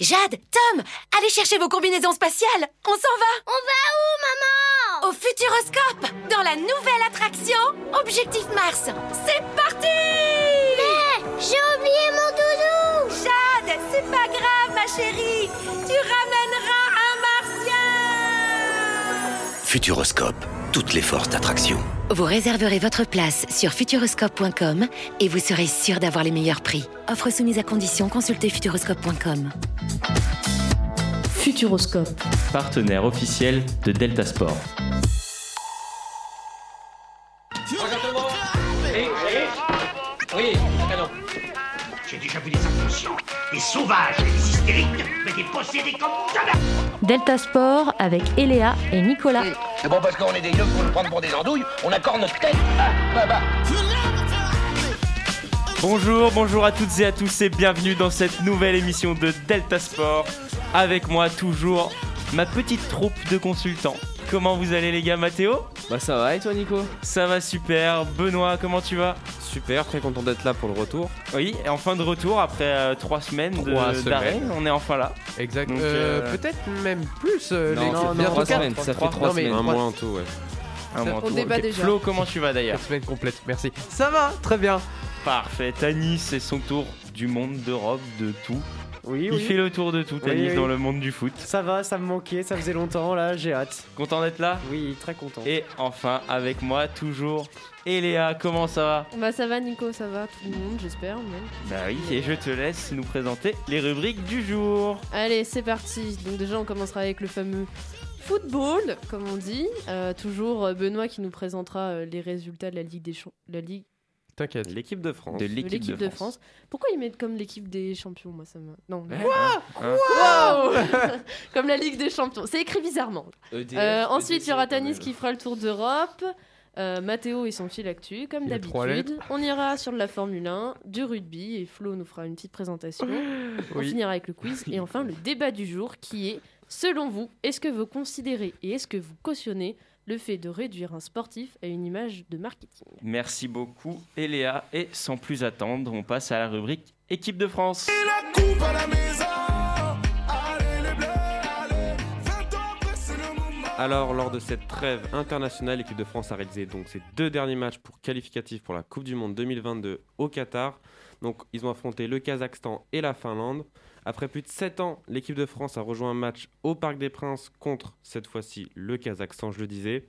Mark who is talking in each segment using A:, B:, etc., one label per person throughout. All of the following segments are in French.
A: Jade, Tom, allez chercher vos combinaisons spatiales On s'en va
B: On va où, maman
A: Au Futuroscope Dans la nouvelle attraction Objectif Mars C'est parti
B: Mais j'ai oublié mon doudou
A: Jade, c'est pas grave, ma chérie Tu ramèneras un martien
C: Futuroscope, toutes les forces d'attraction.
D: Vous réserverez votre place sur futuroscope.com et vous serez sûr d'avoir les meilleurs prix. Offre soumise à condition, consultez futuroscope.com.
E: Futuroscope,
F: partenaire officiel de Delta Sport.
G: Oui, alors.
H: J'ai déjà vu des inconscients, des sauvages, des hystériques, mais des possédés comme jamais
E: Delta Sport avec Eléa et Nicolas.
I: C'est bon parce qu'on est des yeux pour nous prendre pour des andouilles, on accorde notre tête. Ah, bah, bah.
F: Bonjour, bonjour à toutes et à tous et bienvenue dans cette nouvelle émission de Delta Sport. Avec moi toujours ma petite troupe de consultants. Comment vous allez les gars, Mathéo
J: Bah ça va et toi Nico
F: Ça va super. Benoît, comment tu vas
J: Super, très content d'être là pour le retour.
F: Oui, et enfin de retour après euh, trois semaines de-
J: Trois semaines.
F: d'arrêt, on est enfin là.
K: Exact.
F: Donc,
K: Euh,
F: euh,
K: Peut-être même plus. euh, les-
J: Non, c'est bien
K: en
J: trois
K: tout cas,
J: semaines, ça fait
K: trois-
J: trois
K: non, mais
J: semaines.
K: trois-
J: Un mois en tout, ouais.
F: un mois
K: on
F: en tout.
K: débat
F: Ok,
K: déjà.
F: Flo, comment tu vas
K: Quatre
F: d'ailleurs
K: semaines complètes, merci. Ça va, très bien.
F: Parfait. Tanis, c'est son tour du monde, d'Europe, de tout.
L: Oui,
F: Il
L: oui.
F: fait le tour de tout,
L: Oui,
F: Tanis,
L: oui.
F: dans le monde du foot.
L: Ça va, ça me manquait, ça faisait longtemps, là, j'ai hâte.
F: Content d'être là
L: Oui, très content.
F: Et enfin, avec moi toujours, Eléa, comment ça va
M: Bah ça va Nico, ça va tout le monde j'espère. même.
F: Bah oui, et je te laisse nous présenter les rubriques du jour.
M: Allez c'est parti, donc déjà on commencera avec le fameux football comme on dit. Euh, toujours euh, Benoît qui nous présentera euh, les résultats de la Ligue des Champs- la Ligue
K: T'inquiète.
J: L'équipe de France.
F: De
M: de
F: l'équipe
M: l'équipe
F: de
M: de, France. Pourquoi ils mettent comme l'équipe des champions moi ça me... Non.
F: Hein,
M: le-
F: hein, hein.
M: Wow comme la Ligue des champions, c'est écrit bizarrement.
J: EDF,
M: Euh, ensuite il y aura
J: EDC, quand
M: Tanis
J: même.
M: qui fera le tour d'Europe. Euh, Mathéo et son fil actu, comme
K: Il y a trois
M: d'habitude. On ira sur de la Formule 1, du rugby et Flo nous fera une petite présentation. On
K: Oui.
M: finira avec le quiz et enfin le débat du jour qui est selon vous, est-ce que vous considérez et est-ce que vous cautionnez le fait de réduire un sportif à une image de marketing
F: Merci beaucoup, Eléa. Et sans plus attendre, on passe à la rubrique Équipe de France.
J: Alors, lors de cette trêve internationale, l'équipe de France a réalisé donc ses deux derniers matchs pour qualificatifs pour la Coupe du Monde 2022 au Qatar. Donc, ils ont affronté le Kazakhstan et la Finlande. Après plus de 7 ans, l'équipe de France a rejoint un match au Parc des Princes contre, cette fois-ci, le Kazakhstan, je le disais.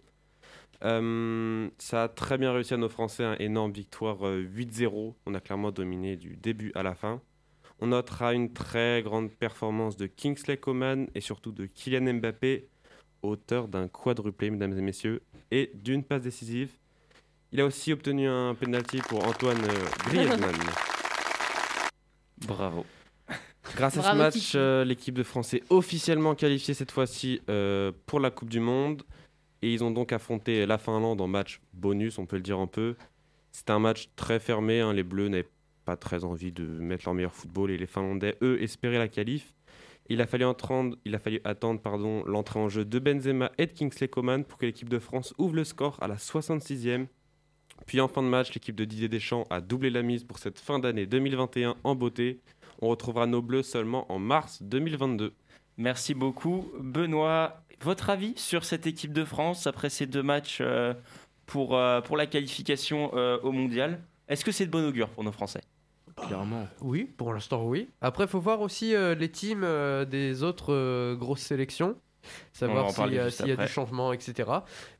J: Euh, ça a très bien réussi à nos Français, hein, énorme victoire euh, 8-0. On a clairement dominé du début à la fin. On notera une très grande performance de Kingsley Coman et surtout de Kylian Mbappé, auteur d'un quadruplé, mesdames et messieurs, et d'une passe décisive. Il a aussi obtenu un penalty pour Antoine euh, Griezmann.
F: Bravo.
J: Grâce à ce
M: Bravo,
J: match,
M: Kiki.
J: euh, l'équipe de France est officiellement qualifiée cette fois-ci euh, pour la Coupe du Monde. Et ils ont donc affronté la Finlande en match bonus, on peut le dire un peu. C'était un match très fermé, hein, les Bleus n'avaient pas très envie de mettre leur meilleur football et les Finlandais, eux, espéraient la qualif. Il a fallu, attendre- il a fallu attendre pardon, l'entrée en jeu de Benzema et de Kingsley Coman pour que l'équipe de France ouvre le score à la 66e. Puis en fin de match, l'équipe de Didier Deschamps a doublé la mise pour cette fin d'année 2021 en beauté. On retrouvera nos bleus seulement en mars 2022.
F: Merci beaucoup, Benoît. Votre avis sur cette équipe de France après ces deux matchs euh, pour, euh, pour la qualification euh, au mondial Est-ce que c'est de bon augure pour nos Français
J: Clairement.
K: Oui, pour l'instant, oui. Après, faut voir aussi euh, les teams euh, des autres euh, grosses sélections.
F: va en
K: Savoir si, euh,
F: parler
K: s'il
F: juste
K: y a
F: après.
K: du changement, etc.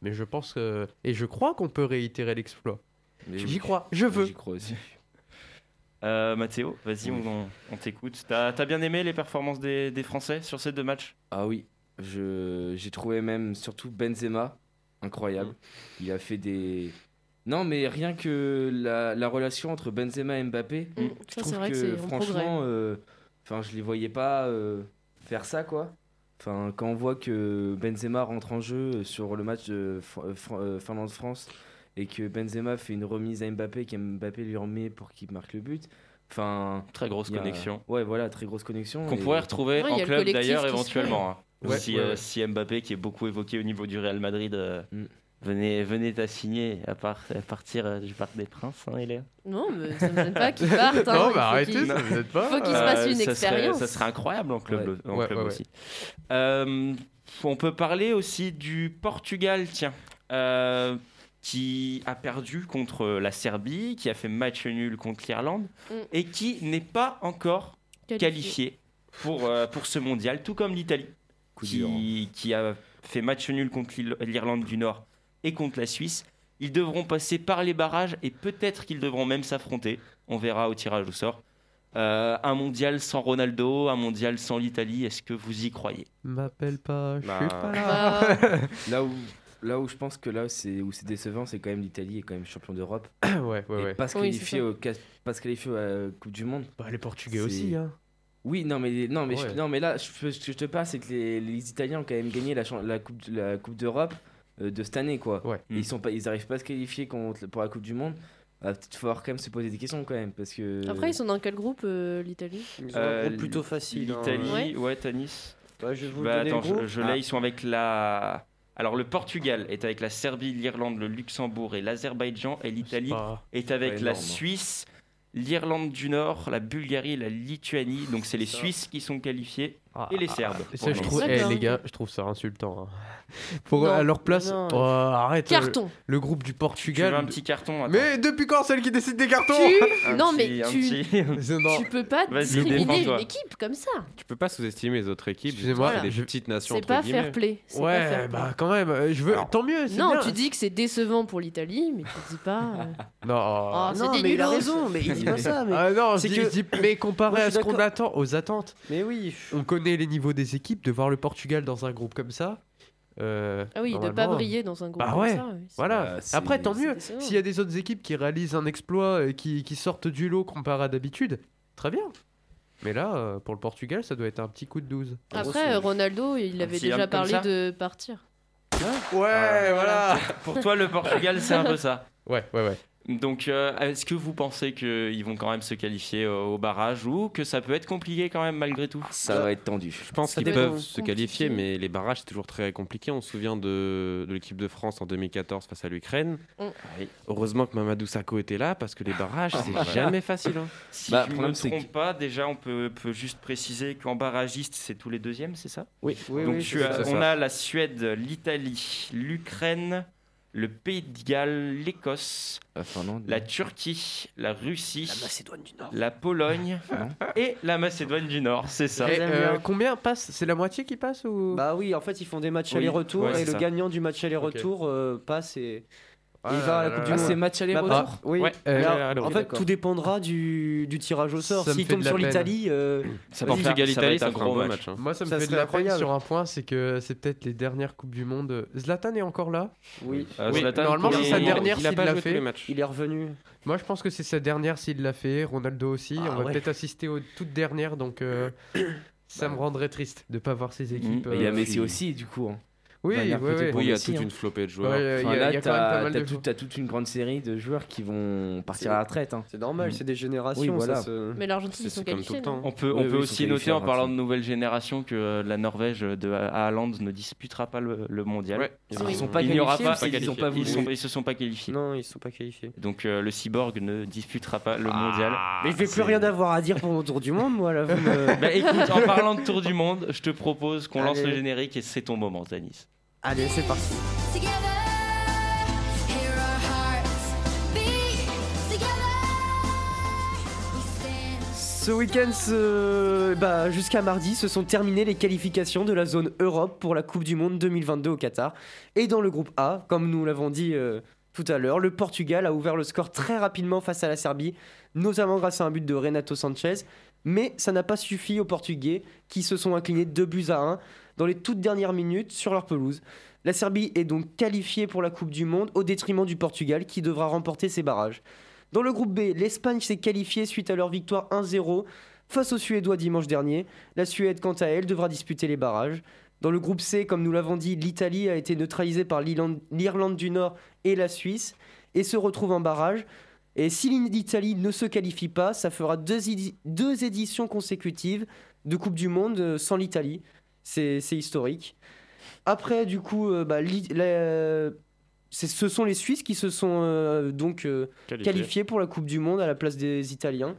K: Mais je pense que. Et je crois qu'on peut réitérer l'exploit. J'y crois, je veux.
J: J'y crois aussi.
F: Euh, Mathéo, vas-y,
J: Oui.
F: on, on t'écoute. T'as t'as bien aimé les performances des, des Français sur ces deux matchs
J: Ah oui, je- j'ai trouvé même surtout Benzema
M: Mm.
J: incroyable. Il a fait des. Non, mais rien que la, la relation entre Benzema et Mbappé,
F: Mm.
J: je
M: Ça
J: trouve
M: c'est vrai que,
J: que,
M: c'est en progrès.
J: franchement, euh, enfin, je les voyais pas euh, faire ça quoi. Enfin, quand on voit que Benzema rentre en jeu euh, sur le match de Fr- euh, Fran- euh, Finlande-France et que Benzema fait une remise à Mbappé, que Mbappé lui remet pour qu'il marque le but. Enfin,
F: Très grosse
J: il y a-
F: connexion.
J: Ouais, voilà, très grosse connexion.
F: Qu'on
J: et- euh,
F: pourrait retrouver
M: Ouais, il y
F: en
M: a le
F: club
M: collectif
F: d'ailleurs
M: qui se
F: éventuellement. hein.
K: Ouais,
F: si,
K: ouais,
F: euh,
K: ouais.
F: si Mbappé, qui est beaucoup évoqué au niveau du Real Madrid, euh,
J: Mm.
F: Venez, venez t'assigner à, part, à partir euh, du Parc des Princes, hein, Eléa
M: Non, mais ça me gêne pas qu'ils partent. hein. Il faut qu'ils- faut qu'ils se fassent
F: Euh,
M: une
F: ça serait-
M: expérience.
F: ça serait incroyable en club,
K: Ouais.
F: en
K: Ouais,
F: club
K: ouais, ouais.
F: aussi. Euh, on peut parler aussi du Portugal, tiens, euh, qui a perdu contre la Serbie, qui a fait match nul contre l'Irlande
M: Mm.
F: et qui n'est pas encore
M: Qualifié.
F: qualifié, pour, euh, pour ce mondial, tout comme l'Italie, qui, qui a fait match nul contre l'Il- l'Irlande du Nord et contre la Suisse. Ils devront passer par les barrages et peut-être qu'ils devront même s'affronter. On verra au tirage au sort. Euh, un mondial sans Ronaldo, un mondial sans l'Italie, est-ce que vous y croyez
K: M'appelle pas, je suis
N: Bah,
K: pas là.
N: là où là où je pense que là c'est où c'est décevant, c'est quand même l'Italie est quand même champion d'Europe.
K: Ah ouais,
N: Et
K: ouais.
N: Pas se
K: Oui, c'est
N: qualifier
K: ça.
N: au cas- pas se qualifier à la Coupe du monde.
K: Bah, les Portugais
N: C'est-
K: aussi, hein.
N: Oui, non mais non mais je-
K: Ouais.
N: non mais là je- ce que je te parle c'est que les, les Italiens ont quand même gagné la chan- la coupe la coupe d'Europe euh, de cette année quoi.
K: Mm.
N: Et Ils sont pas ils arrivent pas à se qualifier contre- pour la Coupe du monde. Il va peut-être falloir quand même se poser des questions quand même parce que
M: Après, ils sont dans quel groupe, euh, l'Italie
F: Euh,
M: groupe
F: plutôt
M: facile, hein.
F: L'Italie,
M: Ouais.
F: ouais, Tanis.
M: je vais vous
F: Bah,
M: donner le
F: attends, je,
M: groupe.
F: je l'ai,
M: Ah.
F: ils sont avec la. Alors, le Portugal est avec la Serbie, l'Irlande, le Luxembourg et l'Azerbaïdjan, et l'Italie est avec
N: pas
F: la
N: énorme.
F: Suisse, l'Irlande du Nord, la Bulgarie et la Lituanie. Donc, c'est les Suisses qui sont qualifiés et les Serbes.
K: Et ça, je trouve, eh, les gars, je trouve ça insultant. hein. Pour
F: Non,
K: à leur place,
F: non.
K: oh, arrête. euh,
M: Carton.
K: Le, groupe du eh, Portugal.
F: Tu veux un petit carton attends.
K: Mais depuis quand c'est elle qui décide des cartons
M: Tu-
F: Un
M: non,
F: petit-
M: mais
F: un
M: tu-
F: petit-
K: Non.
M: Tu peux pas
J: Vas-y,
M: discriminer
J: défends-toi.
M: une équipe comme ça.
J: Tu peux pas sous-estimer les autres équipes.
K: Excusez-moi,
J: c'est des
K: je-
J: petites nations.
M: C'est
J: entre
M: pas
J: guillemets.
M: fair play. c'est pas fair
K: Ouais,
M: play.
K: bah quand même, euh, je veux. Tant mieux, c'est
M: Non,
K: bien.
M: tu dis que c'est décevant pour l'Italie, mais tu dis pas. euh,
K: Non,
M: Oh, c'est
K: Ah, non,
M: des
K: mais il a
M: nulos.
K: raison, mais il dit pas ça. Mais
L: Ah non, je
K: c'est
L: dis-
K: que
L: je dis-
K: mais comparé
L: Moi, je
K: à
L: suis
K: ce qu'on
L: d'accord.
K: attend, aux attentes.
L: Mais oui.
K: On connaît les niveaux des équipes, de voir le Portugal dans un groupe comme ça. euh,
M: Ah oui, de pas
K: normalement-
M: briller dans un groupe
K: bah
M: comme
K: ouais.
M: ça, oui, c'est-
K: Voilà.
M: Bah, c'est-
K: Après, tant
M: c'est
K: mieux.
M: décevant.
K: S'il y a des autres équipes qui réalisent un exploit, euh, qui, qui sortent du lot comparé à d'habitude, très bien. Mais là, euh, pour le Portugal, ça doit être un petit coup de 12.
M: Après, euh, Ronaldo, il
K: Bah,
M: avait
K: petit homme
M: déjà
K: comme
M: parlé
K: ça.
M: de partir. Ah.
K: Ouais, voilà.
F: Pour toi, le Portugal, c'est un peu ça.
K: Ouais, ouais, ouais.
F: Donc, euh, est-ce que vous pensez qu'ils vont quand même se qualifier euh, au barrage ou que ça peut être compliqué quand même malgré tout
N: ça va être tendu.
J: Je pense qu'ils peuvent se qualifier, mais les barrages, c'est toujours très compliqué. On se souvient de, de l'équipe de France en 2014 face à l'Ukraine.
M: Mm.
J: Heureusement que Mamadou Sakho était là, parce que les barrages, c'est
F: Voilà.
J: jamais facile. hein.
F: Si je ne me trompe pas, déjà on peut, peut juste préciser qu'en barragiste c'est tous les deuxièmes, c'est ça
J: Oui. Oui,
F: Donc
J: oui,
F: tu
J: c'est
F: as-
J: ça.
F: on a la Suède, l'Italie, l'Ukraine, le Pays de Galles, l'Écosse,
N: la Finlande,
F: la Turquie, la Russie, la
N: Macédoine du Nord,
F: la Pologne et la Macédoine du Nord, c'est ça.
K: Et, euh, combien passe C'est la moitié qui passe ou
L: Bah oui, en fait, ils font des matchs
F: Oui,
L: aller-retour
F: ouais,
L: et
F: c'est
L: le
F: ça.
L: gagnant du match aller-retour euh, passe et.
K: Ah
L: il
K: là
L: va à la
K: là
L: Coupe
K: là
L: du
K: là.
L: Monde.
K: Ah, c'est match aller-retour
L: Bah, Oui.
K: Ouais,
L: Mais
K: euh,
L: alors,
K: aller-retour.
L: en
K: Ok,
L: fait,
K: d'accord.
L: tout dépendra du, du tirage au sort.
K: Ça me
L: S'il
K: fait de
L: tombe
K: la
L: sur
K: peine.
L: l'italie euh, vas-y.
J: Portugal-Italie, ça fera un beau match, hein.
K: Moi, ça me
J: Ça
K: fait de
J: serait
K: la peine
J: incroyable.
K: sur un point, c'est que c'est peut-être les dernières Coupes du Monde. Zlatan est encore là
L: Oui.
J: Euh, Zlatan,
K: Normalement,
J: pour
K: c'est
J: le
K: sa
J: moment,
K: dernière
J: il a
K: s'il
J: pas
K: l'a
J: joué tous
K: fait.
J: les matchs.
L: Il est revenu.
K: Moi, je pense que c'est sa dernière s'il l'a fait. Ronaldo aussi.
L: Ah
K: On va
L: ouais.
K: peut-être assister aux toutes dernières, donc euh, ça me rendrait triste de pas voir ses équipes.
N: Mais Mhm. il y a
K: euh,
N: Messi
K: puis-
N: aussi, du coup. hein.
K: Oui,
N: Dernière
K: oui,
N: côté
K: oui.
N: pour
K: Oui, il y a
N: Messi,
K: toute
N: hein.
K: une flopée de joueurs. Ouais, il y a-
N: Enfin,
K: il y a-
N: là,
K: il y a quand
N: t'as-
K: même pas mal
N: t'as
K: de
N: tout-
K: joueurs.
N: T'as toute une grande série de joueurs qui vont partir
L: C'est-
N: à la retraite. hein.
L: C'est normal,
N: Mm.
L: c'est des générations.
N: Oui, voilà.
L: ça se-
M: Mais l'Argentine, ils sont qualifiés. non
F: On peut,
N: Oui,
F: on
N: oui,
F: peut
N: ils sont
F: aussi noter
N: qualifiés,
F: en parlant
N: Argentine.
F: de nouvelle génération que euh, la Norvège de à Haaland ne disputera pas le, le mondial.
N: Ouais. Ah, Ils ont- ils sont pas
F: Il n'y aura
N: qualifiés
F: pas,
N: parce qu'ils
F: ils,
N: ont pas
F: ils
N: voulu.
F: sont- ils se sont pas qualifiés.
L: Non, ils sont pas qualifiés. Ah.
F: Donc euh, le cyborg ne disputera pas le mondial.
L: Mais je vais plus
N: Ah,
F: C'est-
L: rien avoir à dire pour mon tour du monde, moi. Là, vous me-
F: Bah, écoute, en parlant de Tour du Monde, je te propose qu'on lance
L: Allez.
F: le générique et c'est ton moment, Tanis.
L: Allez, c'est parti.
B: Together, hear our hearts beat. Together, we stand.
L: Ce week-end, ce- bah, jusqu'à mardi, se sont terminées les qualifications de la zone Europe pour la Coupe du Monde 2022 au Qatar. Et dans le groupe A, comme nous l'avons dit euh, tout à l'heure, le Portugal a ouvert le score très rapidement face à la Serbie, notamment grâce à un but de Renato Sanchez. Mais ça n'a pas suffi aux Portugais, qui se sont inclinés 2 buts à 1 dans les toutes dernières minutes sur leur pelouse. La Serbie est donc qualifiée pour la Coupe du Monde au détriment du Portugal, qui devra remporter ses barrages. Dans le groupe B, l'Espagne s'est qualifiée suite à leur victoire 1-0 face aux Suédois dimanche dernier. La Suède, quant à elle, devra disputer les barrages. Dans le groupe C, comme nous l'avons dit, l'Italie a été neutralisée par l'Irlande l'Irlande du Nord et la Suisse et se retrouve en barrage. Et si l'Italie ne se qualifie pas, ça fera deux, idi- deux éditions consécutives de Coupe du Monde euh, sans l'Italie. C'est c'est historique. Après, du coup, euh, bah, l'I- la- c'est- ce sont les Suisses qui se sont euh, donc euh,
J: Qualifiés.
L: qualifiés pour la Coupe du Monde à la place des Italiens.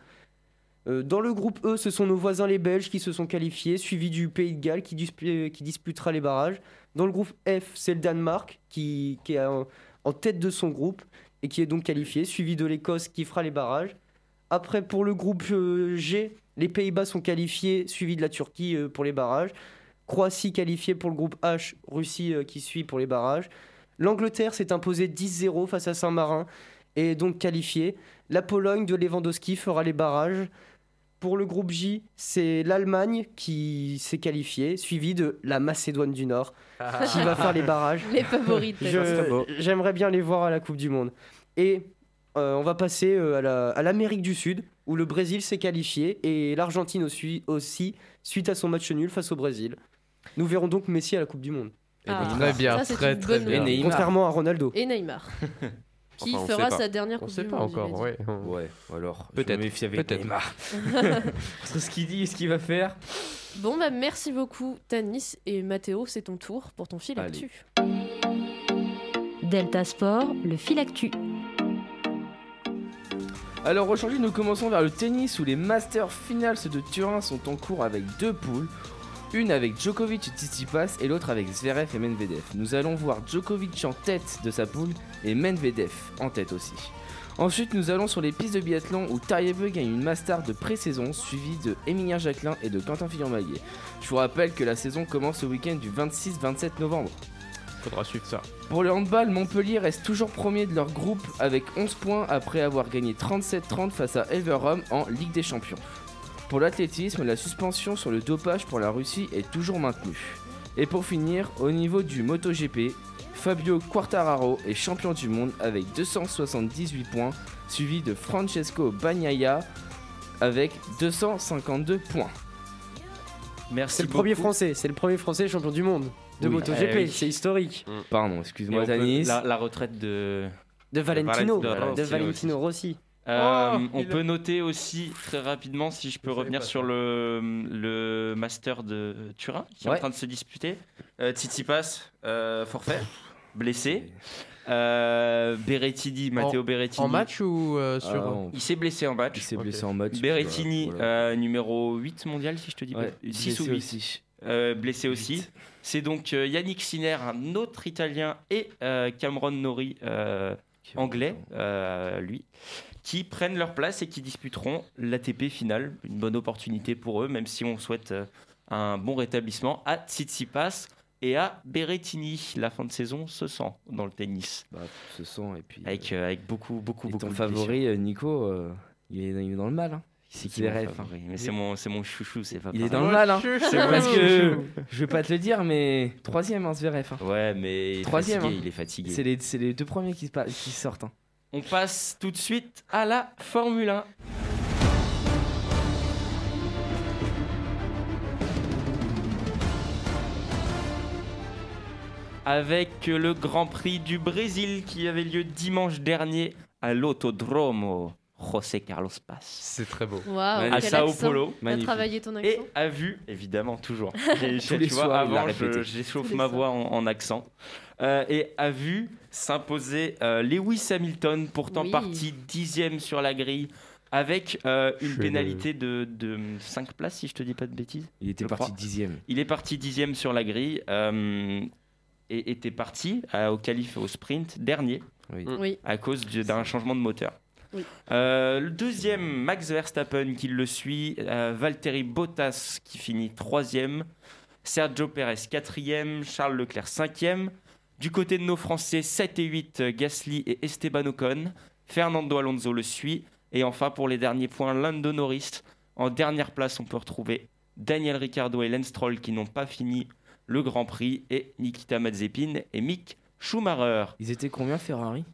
L: Euh, Dans le groupe E, ce sont nos voisins les Belges qui se sont qualifiés, suivis du Pays de Galles qui, dispu- qui disputera les barrages. Dans le groupe F, c'est le Danemark qui, qui est en, en tête de son groupe et qui est donc qualifié, suivi de l'Écosse qui fera les barrages. Après, pour le groupe euh, G, les Pays-Bas sont qualifiés, suivis de la Turquie euh, pour les barrages. Croatie qualifiée pour le groupe H, Russie euh, qui suit pour les barrages. L'Angleterre s'est imposée 10-0 face à Saint-Marin et est donc qualifiée. La Pologne de Lewandowski fera les barrages. Pour le groupe J, c'est l'Allemagne qui s'est qualifiée, suivie de la Macédoine du Nord,
M: Ah.
L: qui va faire les barrages.
M: Les favoris de la
L: Je-
M: Coupe. Très beau.
L: J'aimerais bien les voir à la Coupe du Monde. Et euh, on va passer euh, à la- à l'Amérique du Sud, où le Brésil s'est qualifié, et l'Argentine aussi, aussi, suite à son match nul face au Brésil. Nous verrons donc Messi à la Coupe du Monde.
M: Eh ben, Ah. très bien, Ça, c'est très, une très bonne bien. nouvelle.
L: Contrairement à Ronaldo.
M: Et Neymar. Qui
L: Enfin, on
M: fera
L: sait pas.
M: sa dernière
L: On
M: Coupe
L: sait
M: du
L: pas
M: Monde, il
L: encore,
M: a dit.
L: ouais.
N: Ouais, ou alors
J: Peut-être,
N: peut-être méfie avec
J: peut-être.
N: Neymar. Entre ce qu'il dit et ce qu'il va faire.
M: Bon, bah merci beaucoup, Tanis. Et Mathéo, c'est ton tour pour ton fil
N: Allez.
M: actu.
E: Delta Sport, le fil actu.
N: Alors aujourd'hui, nous commençons vers le tennis où les Masters Finals de Turin sont en cours avec deux poules. Une avec Djokovic et Tsitsipas et l'autre avec Zverev et Medvedev. Nous allons voir Djokovic en tête de sa poule et Medvedev en tête aussi. Ensuite, nous allons sur les pistes de biathlon où Tariebe gagne une Master de pré-saison suivie de Émilien Jacquelin et de Quentin Fillon-Maillet. Je vous rappelle que la saison commence le week-end du 26-27 novembre.
J: Faudra suivre ça.
N: Pour le handball, Montpellier reste toujours premier de leur groupe avec 11 points après avoir gagné 37-30 face à Everham en Ligue des Champions. Pour l'athlétisme, la suspension sur le dopage pour la Russie est toujours maintenue. Et pour finir, au niveau du MotoGP, Fabio Quartararo est champion du monde avec 278 points, suivi de Francesco Bagnaia avec 252 points.
F: Merci
L: C'est le premier français, c'est le premier français champion du monde de
N: Oui.
L: MotoGP,
N: Eh oui.
L: c'est historique.
N: Pardon, excuse-moi,
F: Et on peut-
N: Danis.
F: La, la retraite de.
L: De Valentino,
F: Valent-
L: de Valentino Rossi.
F: Euh,
L: Oh,
F: on
L: il a-
F: peut noter aussi très rapidement, si je peux revenir sur le, le master de Turin qui est
N: Ouais.
F: en train de se disputer. Euh, Tsitsipas, euh, forfait, blessé. Euh, Berrettini, Matteo
K: En-
F: Berrettini.
K: en match ou, euh, sur- Ah, on-
F: Il s'est blessé en match.
N: Il s'est blessé en match.
F: Berrettini,
N: Voilà.
F: euh, numéro 8 mondial, si je te dis
N: Ouais,
F: pas. 6 ou 8.
N: blessé aussi.
F: Euh, blessé aussi. C'est donc euh, Yannick Sinner, un autre Italien, et euh, Cameron Nori, euh, anglais, euh, lui, qui prennent leur place et qui disputeront l'ATP finale. Une bonne opportunité pour eux, même si on souhaite euh, un bon rétablissement à Tsitsipas et à Berrettini. La fin de saison se sent dans le tennis.
N: se sent et puis
F: avec, euh, avec beaucoup beaucoup beaucoup
N: Ton
F: de
N: favori, euh, Nico, euh, il, est, il est dans le mal. Hein.
F: blessures. C'est
N: les
F: mon favori, mais c'est mon c'est mon chouchou, c'est pas
N: hein. Il est
F: pareil.
N: dans le mal, hein.
F: C'est
N: Parce
F: mon
N: que
F: chouchou.
N: je vais pas te le dire, mais troisième, hein, Zverev. hein.
F: Ouais, mais il est
N: Troisième,
F: fatigué,
N: hein.
F: il est fatigué.
N: C'est les, c'est les deux premiers qui, se pa- qui sortent. hein.
F: On passe tout de suite à la Formule 1. Avec le Grand Prix du Brésil qui avait lieu dimanche dernier à l'Autodromo José Carlos Paz.
K: C'est très beau.
M: Waouh,
F: à
M: Ah, quel
F: Sao
M: accent.
F: Paulo.
M: T'as travaillé ton accent
F: Et a vu, évidemment, toujours. J'ai-
N: Tous
F: tu
N: les
F: vois,
N: soirs, il l'a
F: avant, je-
N: répété.
F: j'échauffe
N: Tous les
F: ma
N: soirs.
F: voix en, en accent. Euh, et a vu s'imposer euh, Lewis Hamilton, pourtant
N: Oui.
F: parti dixième sur la grille, avec euh, une
N: Chez
F: pénalité de, de 5 places, si je te dis pas de bêtises.
N: Il était
F: Je
N: parti
F: crois.
N: dixième.
F: Il est parti dixième sur la grille euh, et était parti euh, au qualif et au sprint dernier
M: Oui.
F: à cause du- d'un changement de moteur.
M: Oui.
F: Euh, le deuxième, Max Verstappen qui le suit, euh, Valtteri Bottas qui finit troisième, Sergio Perez quatrième, Charles Leclerc cinquième. Du côté de nos Français, 7 et 8, euh, Gasly et Esteban Ocon. Fernando Alonso le suit. Et enfin, pour les derniers points, Lando Norris. En dernière place, on peut retrouver Daniel Ricciardo et Lance Stroll qui n'ont pas fini le Grand Prix. Et Nikita Mazepin et Mick Schumacher.
N: Ils étaient combien Ferrari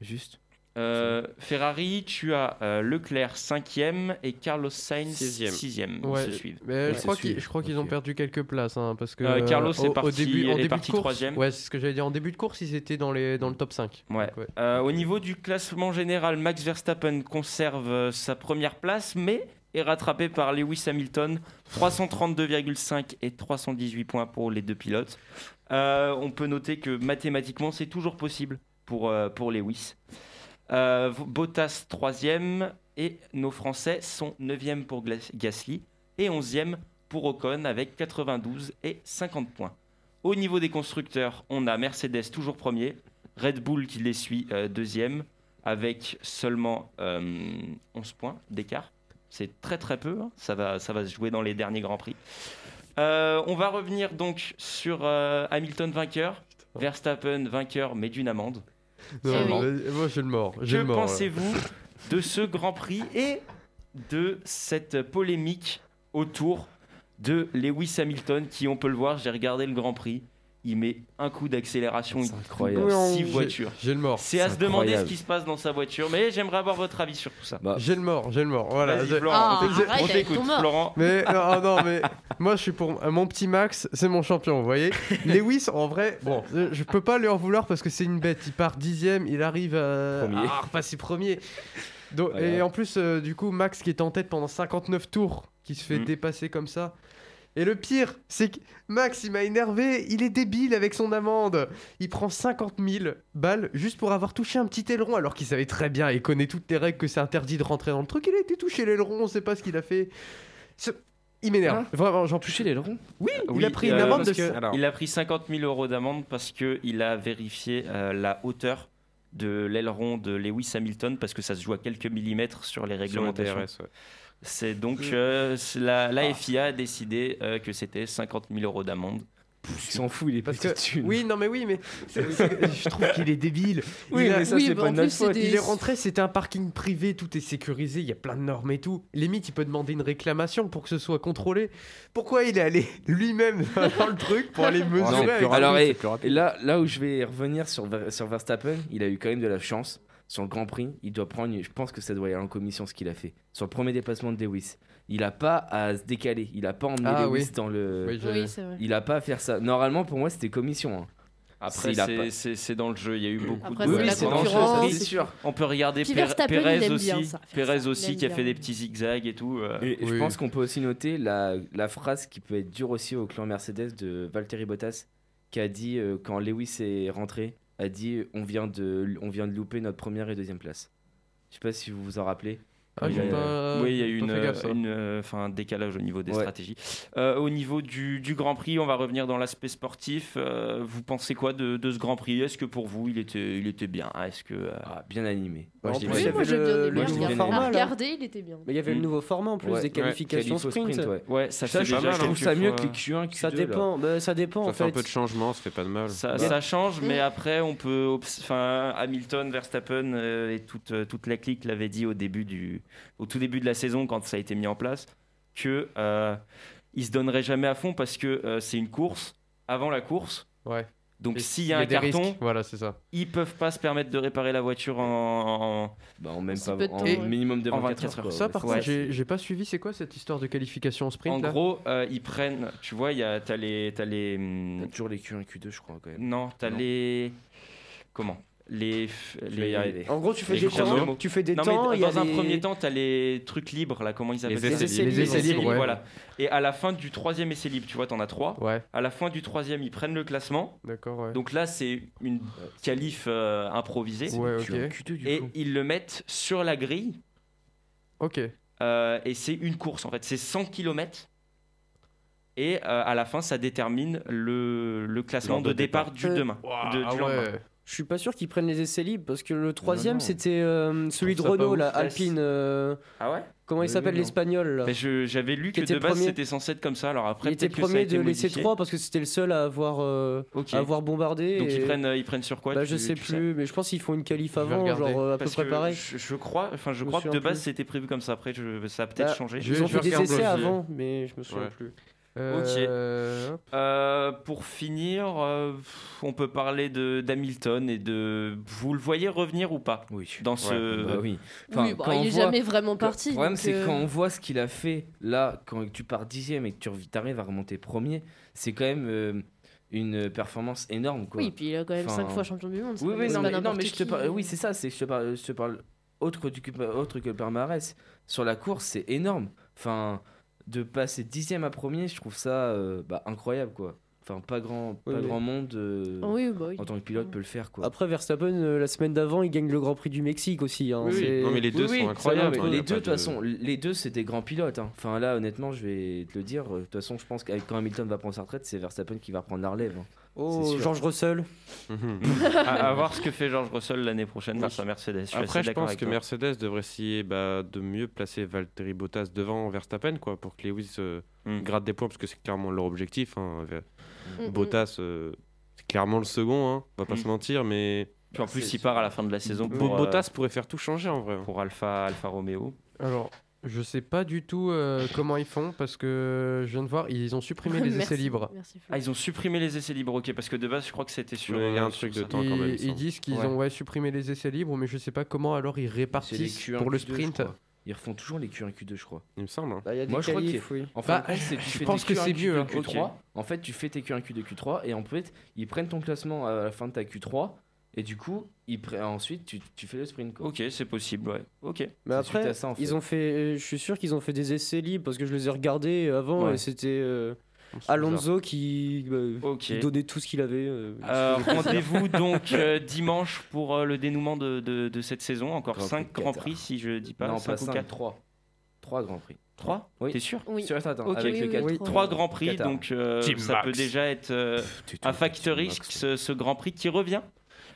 N: Juste.
F: Euh, Ferrari, tu as euh, Leclerc 5e et Carlos Sainz 6e.
J: Sixième.
K: Ouais,
F: se suivent.
K: mais je crois
F: qu'ils
K: qu'ils je crois qu'ils ont perdu quelques places hein, parce que
F: Euh, Carlos
K: euh,
F: est
K: au- au
F: parti-
K: début, en
F: est
K: début de
F: parti
K: course-
F: troisième.
K: Ouais, c'est ce que j'allais dire. En début de course, ils étaient dans les dans le top 5.
F: Ouais. Euh, au niveau du classement général, Max Verstappen conserve euh, sa première place, mais est rattrapé par Lewis Hamilton, 332,5 et 318 points pour les deux pilotes. Euh, on peut noter que mathématiquement, c'est toujours possible pour, euh, pour Lewis. Euh, Bottas 3ème et nos Français sont 9e pour Gla- Gasly et 11e pour Ocon avec 92 et 50 points. Au niveau des constructeurs, on a Mercedes toujours premier, Red Bull qui les suit euh, deuxième avec seulement euh, 11 points d'écart. C'est très très peu, hein. ça, va, ça va se jouer dans les derniers Grands Prix. Euh, on va revenir donc sur euh, Hamilton vainqueur, Verstappen vainqueur mais d'une amende.
K: Non,
F: Seulement.
K: vas-y, moi, j'ai le mort. J'ai
F: Que
K: le mort, là.
F: pensez-vous de ce Grand Prix et de cette polémique autour de Lewis Hamilton qui, on peut le voir, j'ai regardé le Grand Prix, il met un coup d'accélération, il
K: incroyable.
F: coupe six
K: J'ai-
F: voitures.
K: j'ai le mort.
F: C'est à
K: C'est
F: se demander ce
K: incroyable.
F: qui se passe dans sa voiture, mais j'aimerais avoir votre avis sur tout ça.
K: J'ai le mort, j'ai le mort. Voilà.
F: Vas-y,
K: j'ai-
F: Florent, Ah, on t'écoute, arrête on avec t'écoute, ton mort. Florent.
K: Mais non, oh non, mais moi je suis pour mon petit Max, c'est mon champion, vous voyez. Lewis, en vrai, bon, euh, je peux pas lui en vouloir parce que c'est une bête. Il part dixième, il arrive à,
L: Premier.
K: à repasser premier. Donc,
L: Voilà.
K: Et en plus, euh, du coup, Max qui est en tête pendant 59 tours, qui se fait
L: Mm.
K: dépasser comme ça. Et le pire, c'est que Max, il m'a énervé, il est débile avec son amende. Il prend 50 000 balles juste pour avoir touché un petit aileron, alors qu'il savait très bien et connaît toutes les règles que c'est interdit de rentrer dans le truc. Il a été touché l'aileron, on sait pas ce qu'il a fait. Ce- Il m'énerve. Vraiment, j'en touchais l'aileron Oui, il a pris une
F: euh,
K: amende de...
F: parce que- Il a pris 50 000 euros d'amende parce qu'il a vérifié euh, la hauteur de l'aileron de Lewis Hamilton parce que ça se joue à quelques millimètres sur les réglementations.
J: DRS, ouais.
F: C'est donc
N: Mm.
F: euh, c'est la,
N: Ah.
F: la FIA a décidé euh, que c'était 50 000 euros d'amende.
N: Il s'en fout, il est
K: parce que- Oui, non, mais oui, mais c'est- c'est- je trouve qu'il est débile.
N: Oui,
K: Il a-
N: mais ça, Oui, c'est bah, pas en de notre plus, c'est faute. des-
K: Il est rentré, c'était un parking privé, tout est sécurisé, il y a plein de normes et tout. Limite, il peut demander une réclamation pour que ce soit contrôlé. Pourquoi il est allé lui-même dans le truc pour aller mesurer
N: Non,
K: avec-
N: Alors, et- et là, là où je vais revenir sur, Ver- sur Verstappen, il a eu quand même de la chance. Sur le Grand Prix, il doit prendre, je pense que ça doit y aller en commission ce qu'il a fait. Sur le premier déplacement de Lewis, il a pas à se décaler, il a pas emmené
K: Ah
N: Lewis
K: oui.
N: dans le.
K: Oui, je- Oui, c'est vrai.
N: Il a pas à faire ça. Normalement, pour moi, c'était commission. hein.
F: Après,
N: il a
F: c'est-
N: pas-
F: c'est c'est dans le jeu. Il y a eu beaucoup
N: Après,
F: de.
N: c'est la
F: dans le jeu,
N: concurrence,
F: oui,
N: c'est sûr.
F: On peut regarder
N: Puis
F: Pérez-
N: Verstappen, il
F: Pérez
N: aime
F: aussi,
N: bien ça, faire
F: Pérez
N: ça. Il
F: aussi
N: aime
F: qui a
N: bien.
F: fait des petits zigzags et tout. euh.
N: Et Je pense qu'on peut aussi noter la, la phrase qui peut être dure aussi au clan Mercedes de Valtteri Bottas, qui a dit, euh, quand Lewis est rentré, a dit euh, on vient, de, on vient de louper notre première et deuxième place. Je sais pas si vous vous en rappelez.
K: Ah, j'ai
N: Mais,
K: pas-
N: euh,
F: Oui, il y a eu une,
N: fait gaffe, ça.
F: une, euh, enfin, un décalage au niveau des
N: Ouais.
F: stratégies. Euh, au niveau du, du Grand Prix, on va revenir dans l'aspect sportif. Euh, vous pensez quoi de, de ce Grand Prix Est-ce que pour vous, il était, il était bien Est-ce que euh,
N: Ah, bien animé
L: Moi, je l'ai bien aimé. Moi, j'ai bien aimé. Moi, je l'ai bien aimé.
M: À
L: Ah, là.
M: regarder, il était bien.
L: Mais il y avait le nouveau format en plus
N: Ouais,
L: des
N: ouais,
L: qualifications
N: qualif au
L: sprint.
N: sprint, ouais. Ouais, ça fait déjà
L: je trouve
N: quelques fois.
L: Ça dépend, bah, ça dépend
J: Ça
L: en
J: fait un
L: fait.
J: peu de changement, ça fait pas de mal.
F: Ça, ça change, mais après, on peut. obs- Enfin, Hamilton, Verstappen euh, et toute, euh, toute la clique l'avait dit au, début du, au tout début de la saison, quand ça a été mis en place, que euh, ils se donneraient jamais à fond parce que euh, c'est une course avant la course.
K: Ouais.
F: Donc,
K: Et
F: s'il y a un
K: des
F: carton,
K: risques, Voilà, c'est ça.
F: ils peuvent pas se permettre de réparer la voiture en. en-
N: Bah, en même
F: pas-
N: peu de en temps, ouais. minimum de
F: en
N: 24
F: 24 heures.
K: Ça, par
F: Bah, Ouais.
K: contre, j'ai j'ai pas suivi. C'est quoi cette histoire de qualification en sprint
F: En
K: là
F: gros, euh, ils prennent. Tu vois, il y a, t'as les, t'as les. hum,
N: Toujours les Q1, Q2, je crois quand même.
F: Non, t'as
N: Non.
F: les. Comment les, f-
N: vas y
F: les,
N: arriver.
L: En gros, tu fais
F: les
L: des
F: gros
L: temps,
F: mots.
L: tu fais des
F: Non,
L: temps,
F: Mais
L: il y a
F: dans un
L: les-
F: premier temps, t'as les trucs libres là. Comment ils appellent
K: essais
F: ça
K: libres. Les essais libres, ouais.
F: Voilà. Et à la fin du troisième essai libre, tu vois, t'en as trois.
K: Ouais.
F: À la fin du troisième, ils prennent le classement.
K: D'accord, ouais.
F: Donc là, c'est une qualif euh, improvisée.
K: Ouais, ok. Q1,
F: Et ils le mettent sur la grille.
K: Ok.
F: Euh, et c'est une course en fait, c'est 100 km. Et euh, à la fin, ça détermine le, le classement de départ, du
L: Euh,
F: demain. de- du
L: ah ouais.
F: lendemain.
L: Je suis pas sûr qu'ils prennent les essais libres parce que le troisième
F: non.
L: c'était euh, celui de
F: trouve ça pas
L: Renault
F: ouf.
L: là,
F: Ouais,
L: Alpine. euh,
F: Ah ouais
L: Comment
K: Bah
L: il
F: Oui,
L: s'appelle
F: oui, non.
L: l'espagnol là
F: Mais je- J'avais lu que
L: Qui était
F: de base
L: premier.
F: c'était censé être comme ça, alors après
L: Il était
F: peut-être que ça a
L: premier
F: été
L: de laisser
F: modifié.
L: 3 parce que c'était le seul à avoir, euh,
F: Ok.
L: à avoir bombardé.
F: Donc
L: et-
F: ils prennent, euh, ils prennent sur quoi
L: bah,
F: tu-
L: Je sais
F: tu
L: plus, mais je pense qu'ils font une qualif avant,
F: regarder.
L: genre euh, à
F: Parce
L: peu
F: que
L: près pareil.
F: Je, je crois, enfin je
L: me
F: crois que de
L: souviens
F: base
L: plus.
F: c'était prévu comme ça. Après, je- ça a peut-être
L: Bah,
F: changé.
L: Ils ont fait des essais avant, mais je me souviens
F: Ouais.
L: plus.
K: Euh,
F: Ok. Euh, pour finir, euh, pff, on peut parler de d'Hamilton et de. Vous le voyez revenir ou pas
N: Oui.
F: Dans ce.
N: Ouais, bah oui.
M: Oui, bah, il est jamais vraiment parti,
N: Le problème,
M: donc,
N: c'est
M: euh,
N: quand on voit ce qu'il a fait là, quand tu pars dixième et que tu rev- t'arrives à remonter premier, c'est quand même euh, une performance énorme. Quoi.
M: Oui, puis il a quand même cinq fois champion du monde, c'est
N: Oui,
M: pas-
N: oui,
M: c'est
N: non,
M: pas
N: mais, non,
M: n'importe
N: mais je te
M: qui.
N: parle. Oui, c'est ça, c'est que je te parle, je te parle autre, du, que- autre que le palmarès. Sur la course, c'est énorme. Enfin, de passer dixième à premier, je trouve ça euh, bah, incroyable. quoi. Enfin, pas grand, pas
K: Oui, oui.
N: grand monde euh,
M: Oui, bah oui.
N: en tant que pilote peut le faire. Quoi.
K: Après, Verstappen, euh, la semaine d'avant, il gagne le Grand Prix du Mexique aussi. hein,
N: Oui, oui. Oui, oui, ça
K: c'est-
N: va,
J: hein,
N: mais les deux, de toute façon, les deux, c'est des grands pilotes. hein. Enfin, là, honnêtement, je vais te le dire. euh, De toute façon, je pense que quand Hamilton va prendre sa retraite, c'est Verstappen qui va prendre la relève. hein.
K: Oh,
N: C'est sûr.
K: George Russell.
J: Mhm.
F: à, à voir ce que fait George Russell l'année prochaine face à Mercedes. Je suis
J: Après,
F: assez
J: je
F: d'accord
J: pense
F: avec
J: que
F: toi.
J: Mercedes devrait essayer bah, de mieux placer Valtteri Bottas devant Verstappen, quoi, pour que Lewis euh, gratte des points, parce que c'est clairement leur objectif. hein. Ve-
F: Mm,
J: Bottas, euh, c'est clairement le second, hein, on va pas
F: Mm.
J: se mentir, mais.
F: Puis en plus, il part à la fin de la saison.
J: Bo-
F: pour, euh,
J: Bottas pourrait faire tout changer en vrai. hein,
F: Pour Alpha, Alpha Romeo.
O: Alors, je sais pas du tout euh, comment ils font parce que je viens de voir, ils ont supprimé les essais libres.
F: Ah, ils ont supprimé les essais libres, ok, parce que de base, je crois que c'était sur.
J: Mais il y a
F: euh,
J: un truc
F: sur ça.
J: de temps quand même,
O: Ils, ils disent qu'ils
F: Ouais.
O: ont ouais, supprimé les essais libres, mais je sais pas comment alors ils
N: C'est les
O: répartissent
N: Q1,
O: pour le
N: Q2, je
O: sprint.
N: crois. Ils refont toujours les Q1, Q2, je crois.
J: Il me semble. hein.
K: Bah, il y a des
N: Moi, je crois
K: qualifs,
N: qu'il-
K: oui.
N: En fin de
K: Bah,
N: compte, c'est- tu
K: je
N: fais
K: pense
N: tes
K: que
N: Q1,
K: c'est mieux, hein.
N: Q2, Q3.
K: Ok.
N: En fait, tu fais tes Q1, Q2, Q3, et en fait, ils prennent ton classement à la fin de ta Q3, et du coup, ils pre- ensuite, tu, tu fais le sprint. Quoi.
F: Ok, c'est possible, ouais. Ok.
K: Mais
N: C'est suite
K: après,
N: à ça, en fait.
K: ils ont fait. euh, Je suis sûr qu'ils ont fait des essais libres parce que je les ai regardés avant
N: Ouais.
K: et c'était euh,
F: c'est
K: Alonso qui, bah,
F: Ok.
K: qui donnait tout ce qu'il avait. euh,
F: Euh,
K: sur le plaisir.
F: Rendez-vous donc euh, dimanche pour euh, le dénouement de, de- de cette saison. Encore
N: Grand Prix
F: 5
N: de
F: grands
N: Qatar.
F: prix, si je dis pas.
N: Non,
F: cinq
N: pas
F: ou
N: cinq,
F: quatre.
N: trois. 3 grands prix.
F: 3
N: Oui.
F: T'es sûr
N: Oui. Sur la tarte, hein,
F: Ok.
N: avec le quatre. Oui,
F: 3
N: trois.
F: grands prix,
N: Qatar.
F: donc euh,
N: Team
F: ça
N: Max.
F: peut déjà être euh, un facteur risque, ce, ce grand prix qui revient.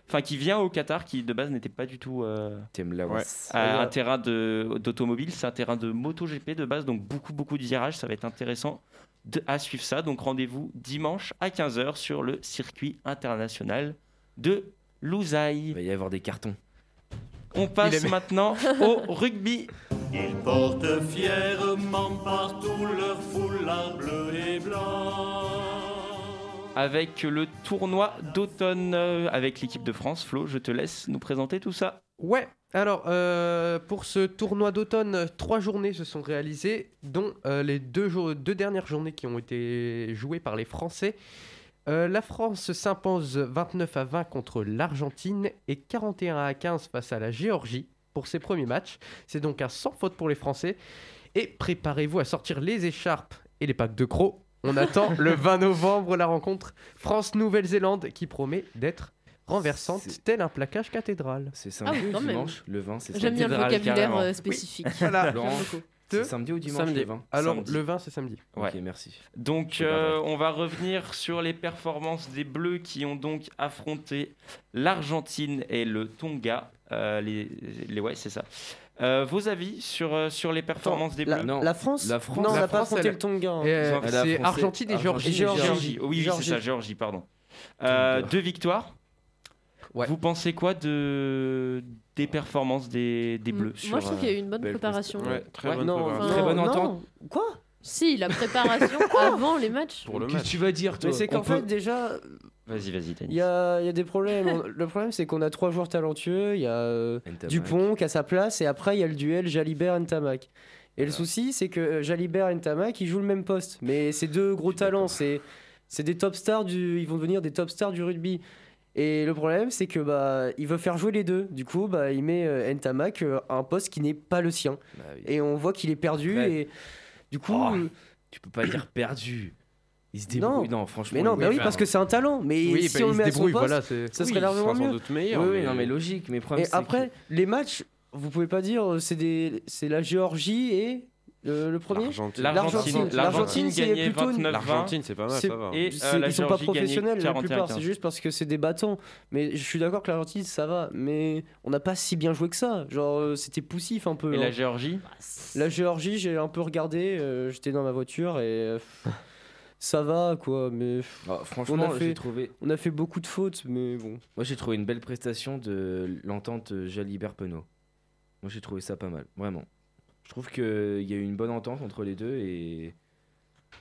F: Enfin, qui vient au Qatar, qui de base n'était pas du tout euh,
N: ouais.
F: à un
N: D'ailleurs-
F: terrain de- d'automobile, c'est un terrain de MotoGP de base, donc beaucoup, beaucoup de virages. Ça va être intéressant de, à suivre ça. Donc rendez-vous dimanche à 15h sur le circuit international de Lusail. Il
N: va y avoir des cartons.
F: On passe maintenant au rugby.
P: Ils portent fièrement partout leur foulard bleu et blanc.
F: avec le tournoi d'automne euh, avec l'équipe de France. Flo, je te laisse nous présenter tout ça.
O: Ouais, alors euh, pour ce tournoi d'automne, trois journées se sont réalisées, dont euh, les deux, jours- deux dernières journées qui ont été jouées par les Français. Euh, la France s'impose 29 à 20 contre l'Argentine et 41 à 15 face à la Géorgie pour ses premiers matchs. C'est donc un sans faute pour les Français. Et préparez-vous à sortir les écharpes et les packs de crocs. On attend le 20 novembre la rencontre France-Nouvelle-Zélande qui promet d'être renversante tel un plaquage cathédrale.
N: C'est
M: Ah oui, quand même.
N: dimanche, le 20, c'est
M: J'aime bien le
O: Cathédrale,
M: vocabulaire
O: carrément.
M: euh, spécifique.
O: Voilà.
M: J'aime
F: Laurent.
M: beaucoup.
N: C'est samedi ou dimanche
O: Samedi.
N: le 20
O: Alors,
N: Samedi.
O: le 20, c'est samedi.
N: Ok, merci.
F: Donc
N: C'est pas
F: euh, on va revenir sur les performances des Bleus qui ont donc affronté l'Argentine et le Tonga. Euh, les, les- ouais, c'est ça. Euh, vos avis sur, euh, sur les performances des
K: La-
F: Bleus
K: la France La France. Non, on n'a pas affronté le Tonga, hein. Et, euh,
F: Ils ont-
K: c'est
F: Elle a affronté
K: Argentine et Géorgie.
F: Argentine et
K: Géorgie.
F: Géorgie. Oui, oui,
K: Géorgie.
F: c'est ça, Géorgie, pardon. Euh, deux victoires. Vous pensez quoi de des performances des, des Bleus
M: Moi, je
F: sur,
M: trouve qu'il y a eu une
F: euh,
M: bonne
F: Belfast
M: préparation.
F: Ouais, très bonne
M: Non,
K: Mm.
F: préparation.
M: enfin,
F: Très bonne
M: non.
F: entente.
K: Quoi
M: Si, la préparation avant les matchs.
K: Qu'est-ce que tu vas dire, toi Mais c'est qu'en
M: On
K: fait,
M: peut-
K: déjà,
F: Vas-y, vas-y,
K: il
F: Dani.
K: y a, il y a des problèmes. On- le problème, c'est qu'on a trois joueurs talentueux. Il y a euh, Dupont qui a sa place, et après, il y a le duel Jalibert-Ntamak. Et le souci, c'est que euh, Jalibert et Ntamak, ils jouent le même poste. Mais c'est deux gros talents. C'est c'est des top stars du. Ils vont devenir des top stars du rugby. Et le problème, c'est que bah, il veut faire jouer les deux. Du coup, bah, il met euh, Ntamak euh, à un poste qui n'est pas le sien.
N: Ah
K: Et on voit qu'il est perdu.
N: Ouais.
K: Et du coup,
N: Oh,
K: euh,
N: Tu peux pas dire perdu. Il se
K: non.
N: débrouille. Non, franchement.
K: Mais non,
N: il-
K: bah oui, parce que c'est un talent. Mais
N: Oui,
K: si
N: bah,
K: on
N: il
K: le
N: se
K: met à son
N: débrouille,
K: poste,
N: voilà, c'est-
K: ça
N: oui,
K: serait
N: il sera
K: largement
N: sans
K: mieux.
N: doute meilleur, Oui, oui, mais- non, mais logique, mais le problème,
K: Et
N: c'est
K: après, les matchs, vous pouvez pas dire, euh, c'est des, c'est la Géorgie et euh, le premier.
J: L'Argentine.
K: L'Argentine.
J: L'Argentine
K: L'Argentine, c'est
J: gagnait
K: plutôt une-
J: 29-20. L'Argentine, c'est pas mal,
K: c'est-
J: ça va.
K: c'est-
J: Et, euh, la
K: ils sont pas
J: Géorgie gagnait
K: professionnels la plupart.
J: 41-15.
K: C'est juste parce que c'est des battants. Mais je suis d'accord que l'Argentine, ça va. Mais on n'a pas si bien joué que ça. Genre, euh, c'était poussif un peu.
F: Et
K: hein.
F: la Géorgie
K: La Géorgie, j'ai un peu regardé, euh, j'étais dans ma voiture et euh, pff, ça va quoi, mais pff,
N: Oh, franchement,
K: on a
N: j'ai
K: fait,
N: trouvé-
K: on a fait beaucoup de fautes, mais bon.
N: Moi, j'ai trouvé une belle prestation de l'entente Jalibert-Penaud. Moi, j'ai trouvé ça pas mal, vraiment. Je trouve qu'il y a eu une bonne entente entre les deux et.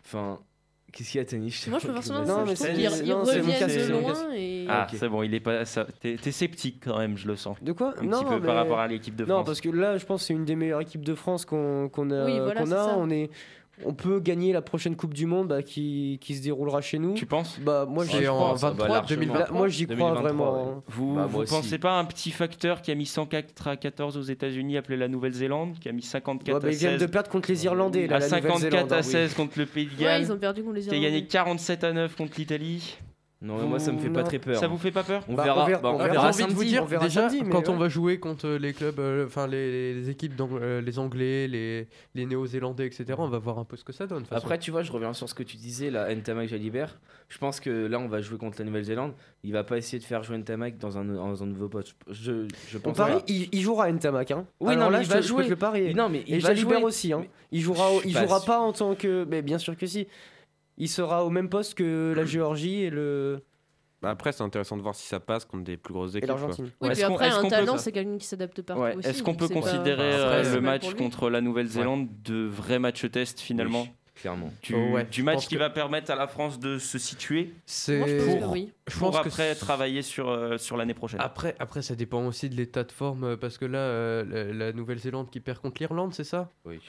N: Enfin. Qu'est-ce qu'il y a, Tani
M: Moi, je peux voir son
N: Non,
M: ensemble,
N: mais
M: je trouve
N: c'est-
M: qu'ils-
N: c'est-
M: ils
N: non, c'est mon
M: reviennent
N: cas,
M: de
N: c'est mon cas.
M: loin et.
F: Ah,
N: Ok.
F: c'est bon, il est pas. ça- T'es t'es sceptique quand même, je le sens.
K: De quoi
F: Un petit peu par rapport à l'équipe de
K: Non,
F: France.
K: parce que là, je pense que c'est une des meilleures équipes de France qu'on qu'on a.
M: Oui, voilà,
K: qu'on
M: c'est
K: a.
M: ça.
K: On, est,
L: on peut gagner la prochaine Coupe du Monde bah, qui, qui se déroulera chez nous. Tu
F: penses
L: Bah moi j'y
F: C'est en
L: crois.
F: 23,
L: Bah,
F: 2023.
L: Moi j'y crois
F: 2023,
L: vraiment.
F: ouais. Vous,
L: Bah,
F: vous
L: moi aussi.
F: pensez pas à un petit facteur qui a mis 114 aux États-Unis, appelé la Nouvelle-Zélande, qui a mis 54
L: Ouais, bah,
F: à
L: ils
F: 16
L: viennent de perdre contre les Irlandais. Là,
F: à
L: la
F: 54
L: Nouvelle-Zélande, hein,
F: à
L: oui.
F: 16 contre le Pays de
M: Ouais,
F: Galles.
M: ils ont perdu contre les
F: Qui a
M: Irlandais.
F: gagné 47 à 9 contre l'Italie.
N: Non, mais moi, ça me fait pas très peur.
F: Ça vous fait pas peur
N: On Bah, verra- on verra- bah, on on verra verra
K: J'ai envie de vous
N: samedi,
K: dire,
N: on verra
K: déjà,
N: samedi, mais
K: quand on
N: ouais.
K: va jouer contre les clubs, euh, enfin les, les équipes, d'Ang- euh, les Anglais, les, les Néo-Zélandais, etc., on va voir un peu ce que ça donne. de toute façon.
N: Après, tu vois, je reviens sur ce que tu disais, là, Ntamak Jalibert. Je pense que là, on va jouer contre la Nouvelle-Zélande. Il va pas essayer de faire jouer Ntamak dans un, dans un nouveau pote. Je, je
L: On
N: pense
L: parie,
N: pas.
L: il, il jouera à Ntamak. Hein.
N: Oui,
L: Alors
N: non, mais
L: là,
N: il
L: je,
N: va
L: te- je peux
N: jouer.
L: te le parier.
N: Mais non, mais il
L: et
N: va
L: Jalibert
N: jouer.
L: aussi. hein. Il jouera, au-
N: Je suis
L: il
N: pas
L: jouera
N: sûr.
L: pas en tant que. Mais bien sûr que si. Il sera au même poste que la Géorgie et le.
J: Bah après, c'est intéressant de voir si ça passe contre des plus grosses équipes. quoi.
L: l'Argentine.
M: Oui, puis après, un talent, c'est quelqu'un qui s'adapte partout
F: Ouais.
M: aussi.
F: Est-ce qu'on
M: donc
F: peut
M: c'est pas-
F: considérer
M: c'est
F: euh,
M: pas
F: le
M: mal
F: match
M: pour lui.
F: contre la Nouvelle-Zélande de vrai match test finalement
N: Clairement.
F: Du,
K: Oh ouais,
F: du
K: je
F: match
K: pense
F: qui va permettre à la France de se situer
K: C'est- Moi, je pense que
F: pour,
K: oui. Je
F: pour
K: pense que
F: après travailler sur, euh, sur l'année prochaine.
J: Ah,
K: Après, après, ça dépend aussi de l'état de forme, euh, parce que là, euh, la, la Nouvelle-Zélande qui perd contre l'Irlande, c'est ça
N: Oui.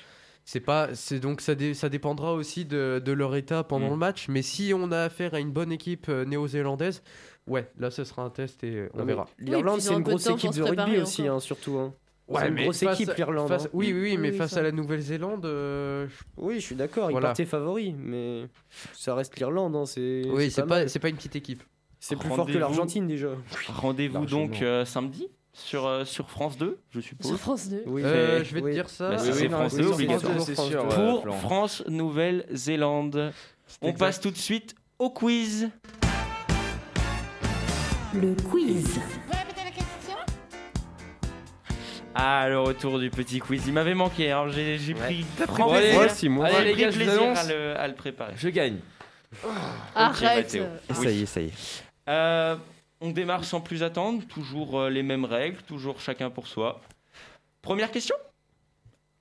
K: C'est pas, c'est donc ça, dé- ça dépendra aussi de, de leur état pendant
N: Mm.
K: le match. Mais si on a affaire à une bonne équipe euh, néo-zélandaise, ouais, là, ce sera un test et euh, on
L: Non, mais
K: verra.
L: L'Irlande, c'est une grosse équipe de rugby aussi, hein, surtout. hein. c'est une
K: mais
L: grosse
K: face-
L: équipe, l'Irlande.
K: face-
L: hein.
K: Oui, oui, oui, mais face à la Nouvelle-Zélande, euh, je-
L: Oui, je suis d'accord, ils
K: Voilà.
L: partaient favoris, mais ça reste l'Irlande. hein, c'est
K: oui, c'est pas,
L: mal.
K: c'est pas une petite équipe.
L: C'est plus fort que l'Argentine déjà.
F: Rendez-vous donc
L: Largement.
F: euh, samedi sur, euh, sur France 2, je suppose.
L: Sur France 2. Oui.
K: Euh,
F: Mais-
K: je vais te
F: oui.
K: dire ça.
F: Bah, si
K: Oui,
F: c'est
K: oui, non,
F: France
K: oui,
F: 2,
K: c'est
F: obligatoire.
K: sûr, c'est sûr,
F: Pour
K: euh, Florent.
F: France, Nouvelle-Zélande. On
K: exact.
F: passe tout de suite au quiz.
Q: Le quiz.
F: Ah, le retour du petit quiz. Il m'avait manqué. hein. J'ai j'ai pris.
N: T'as pris
F: Bon,
N: plaisir.
F: allez,
N: Moi aussi, moi
F: Allez,
N: aussi.
F: les gars,
N: Je
F: je
N: vous
F: plaisir
N: annonce.
F: à le, à le préparer.
N: Je gagne.
M: Arrête.
F: Mathéo.
M: Ah.
F: bah, Oui.
J: Ça y est, ça y est.
F: Euh, on démarre sans plus attendre, toujours euh, les mêmes règles, toujours chacun pour soi. Première question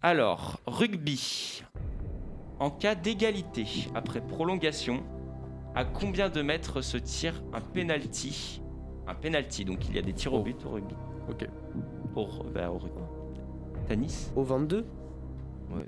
F: Alors, rugby. En cas d'égalité après prolongation, à combien de mètres se tire un penalty Un penalty, donc il y a des
J: Oh.
F: tirs au but au rugby.
K: Ok.
F: Au, r- bah, au rugby. Tanis
L: Au 22
F: Ouais.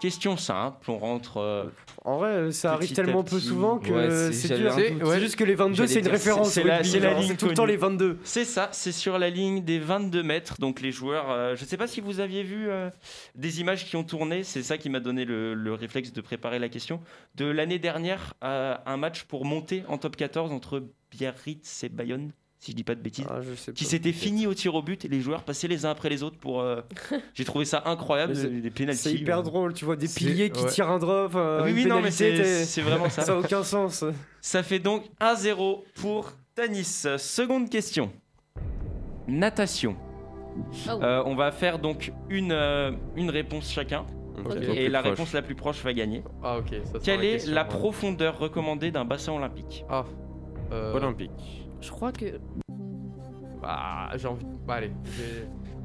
F: Question simple, on rentre. euh,
L: En vrai, euh, ça arrive
F: petit
L: tellement
F: à
L: peu
F: petit.
L: souvent que
F: Ouais,
L: euh,
F: c'est-
L: c'est
F: j'avais
L: dur.
F: un
L: C'est
F: doute.
L: c'est juste que les 22,
F: J'allais
L: c'est une
F: dire,
L: référence.
F: C'est
L: au
F: la,
L: rugby,
F: c'est la
L: genre,
F: ligne
L: c'est tout le temps
F: connue.
L: les 22.
F: C'est ça, c'est sur la ligne des 22 mètres. Donc les joueurs, euh, je ne sais pas si vous aviez vu euh, des images qui ont tourné. C'est ça qui m'a donné le, le réflexe de préparer la question. De l'année dernière, euh, un match pour monter en top 14 entre Biarritz et Bayonne, si je dis pas de
L: Ah,
F: bêtises,
K: Ah,
F: qui s'était fini au tir au but et les joueurs passaient les uns après les autres pour. euh, J'ai trouvé ça incroyable,
L: Mais
F: des pénaltys.
L: C'est euh. hyper drôle, tu vois, des piliers qui
F: ouais. Ah,
L: tirent un drop. euh,
F: Oui,
L: une
F: oui, non, mais
L: pénalité,
F: c'est-
L: t'es-
F: c'est vraiment ça.
L: Ça n'a aucun sens.
F: Ça fait donc 1-0 pour Tanis. Seconde question. Natation.
M: Oh.
F: Euh, on va faire donc une, euh, une réponse chacun.
K: Ok. Ok.
F: Et
K: Plus
F: la
K: proche.
F: réponse la plus proche va gagner.
K: Ah, ok. ça, c'est
F: Quelle
K: la
F: est
K: question,
F: la
K: ouais.
F: profondeur recommandée d'un bassin olympique
K: Ah. euh,
F: Oh
J: Olympique.
M: Je crois que.
K: Bah, j'ai envie. Bah, allez.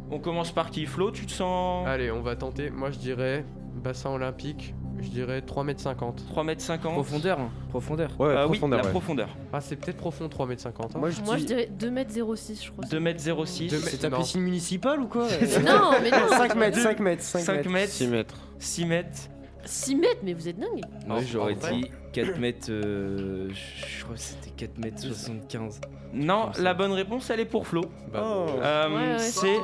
F: On commence par qui Flo, tu te sens.
K: Allez, on va tenter. Moi, je dirais bassin olympique. Je dirais 3m50.
F: 3m50.
N: Profondeur. hein, Profondeur.
F: Euh, oui, la profondeur.
K: Ah, c'est peut-être profond 3m50.
M: Moi, je, dirais 2m06, je
F: 2m06.
M: crois.
K: hein. Deux mètres-
L: C'est ta
K: non.
L: piscine municipale ou quoi
M: Non, mais non.
L: 5 mètres,
M: Deux-
L: 5 mètres, 5 mètres.
F: 5 mètres.
J: 6 mètres.
F: 6 mètres.
M: 6 mètres, mais vous êtes dingue.
N: Moi, j'aurais
F: en vrai.
N: dit 4 mètres. euh, je je crois que c'était 4 mètres 75.
F: Non, la bonne réponse, elle est pour Flo.
L: Oh.
F: Euh,
N: Ouais, ouais,
F: c'est
N: c'était-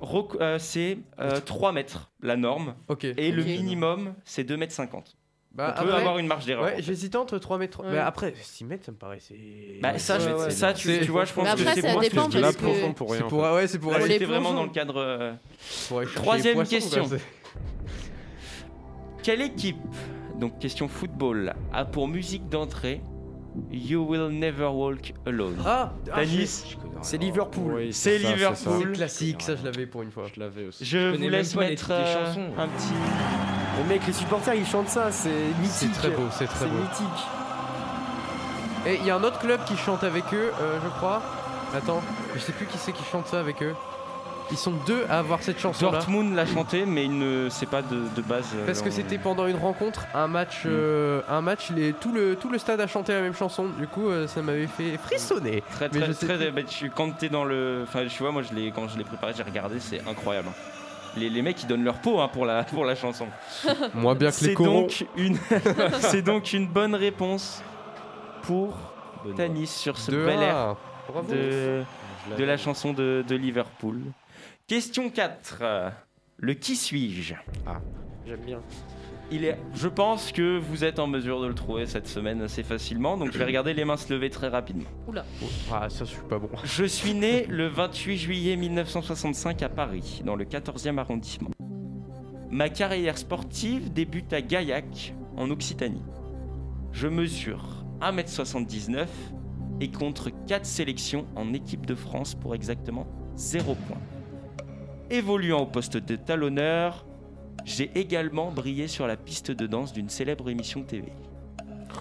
F: rec- euh, c'est, euh, 3 mètres, la norme. Et le
K: Ok.
F: minimum, c'est 2 mètres 50.
K: Bah,
F: On peut
K: après-
F: avoir une marge d'erreur.
K: Ouais,
F: en fait.
K: j'hésitais entre 3 mètres.
F: Ouais.
K: Mais après, 6 mètres, ça me paraissait.
F: Bah, ça, je- ça, tu- tu vois, je
K: Bah,
F: pense que c'est pour-
K: moi
F: parce que- C'est profond pour rien,
K: C'est
F: en
K: pour,
F: fait.
K: ouais, c'est pour
F: Là,
K: aller-
F: c'était vraiment dans le cadre. euh,
K: Pour aller chercher
F: Troisième
K: les poissons,
F: question.
K: quoi,
F: Quelle équipe, donc question football, a pour musique d'entrée You Will Never Walk Alone
K: Ah, ah,
F: Tanis
K: je-
L: C'est Liverpool.
F: C'est
K: C'est
F: Liverpool.
K: classique, ça, je l'avais pour une fois. Je
J: l'avais aussi.
F: Je vous laisse mettre euh, un petit.
L: Les mecs, les supporters, ils chantent ça, c'est mythique.
K: C'est très beau, c'est très beau.
L: mythique.
K: Et il y a un autre club qui chante avec eux, euh, je crois. Attends, je sais plus qui c'est qui chante ça avec eux. Ils sont deux à avoir cette chanson-là.
F: Dortmund l'a chanté, mais il ne sait pas de, de base. euh,
K: Parce que
F: leur-
K: c'était pendant une rencontre, un match, euh, un match les, tout, le, tout le stade a chanté la même chanson. Du coup, euh, ça m'avait fait frissonner.
F: Très,
K: Mais
F: très,
K: je sais
F: très, bah, tu- quand t'es dans le. Enfin, tu vois, moi, je l'ai- quand je l'ai préparé, j'ai regardé, c'est incroyable. hein. les, les mecs, ils donnent leur peau hein, pour, la, pour la chanson.
K: Moins bien que les
F: C'est
K: corons.
F: donc une C'est donc une bonne réponse pour Tanis sur ce
K: Deux
F: bel
K: à
F: air
K: un. Bravo.
F: de,
K: Je l'avais.
F: de la chanson de, de Liverpool. Question 4. euh, Le qui suis-je
L: Ah, J'aime bien.
F: il est, je pense que vous êtes en mesure de le trouver cette semaine assez facilement, donc je vais regarder les mains se lever très rapidement.
M: Oula.
K: Ah, ça, je suis pas bon.
F: Je suis né le 28 juillet 1965 à Paris, dans le 14e arrondissement. Ma carrière sportive débute à Gaillac, en Occitanie. Je mesure 1m79 et contre 4 sélections en équipe de France pour exactement 0 points. Évoluant au poste de talonneur, j'ai également brillé sur la piste de danse d'une célèbre émission TV.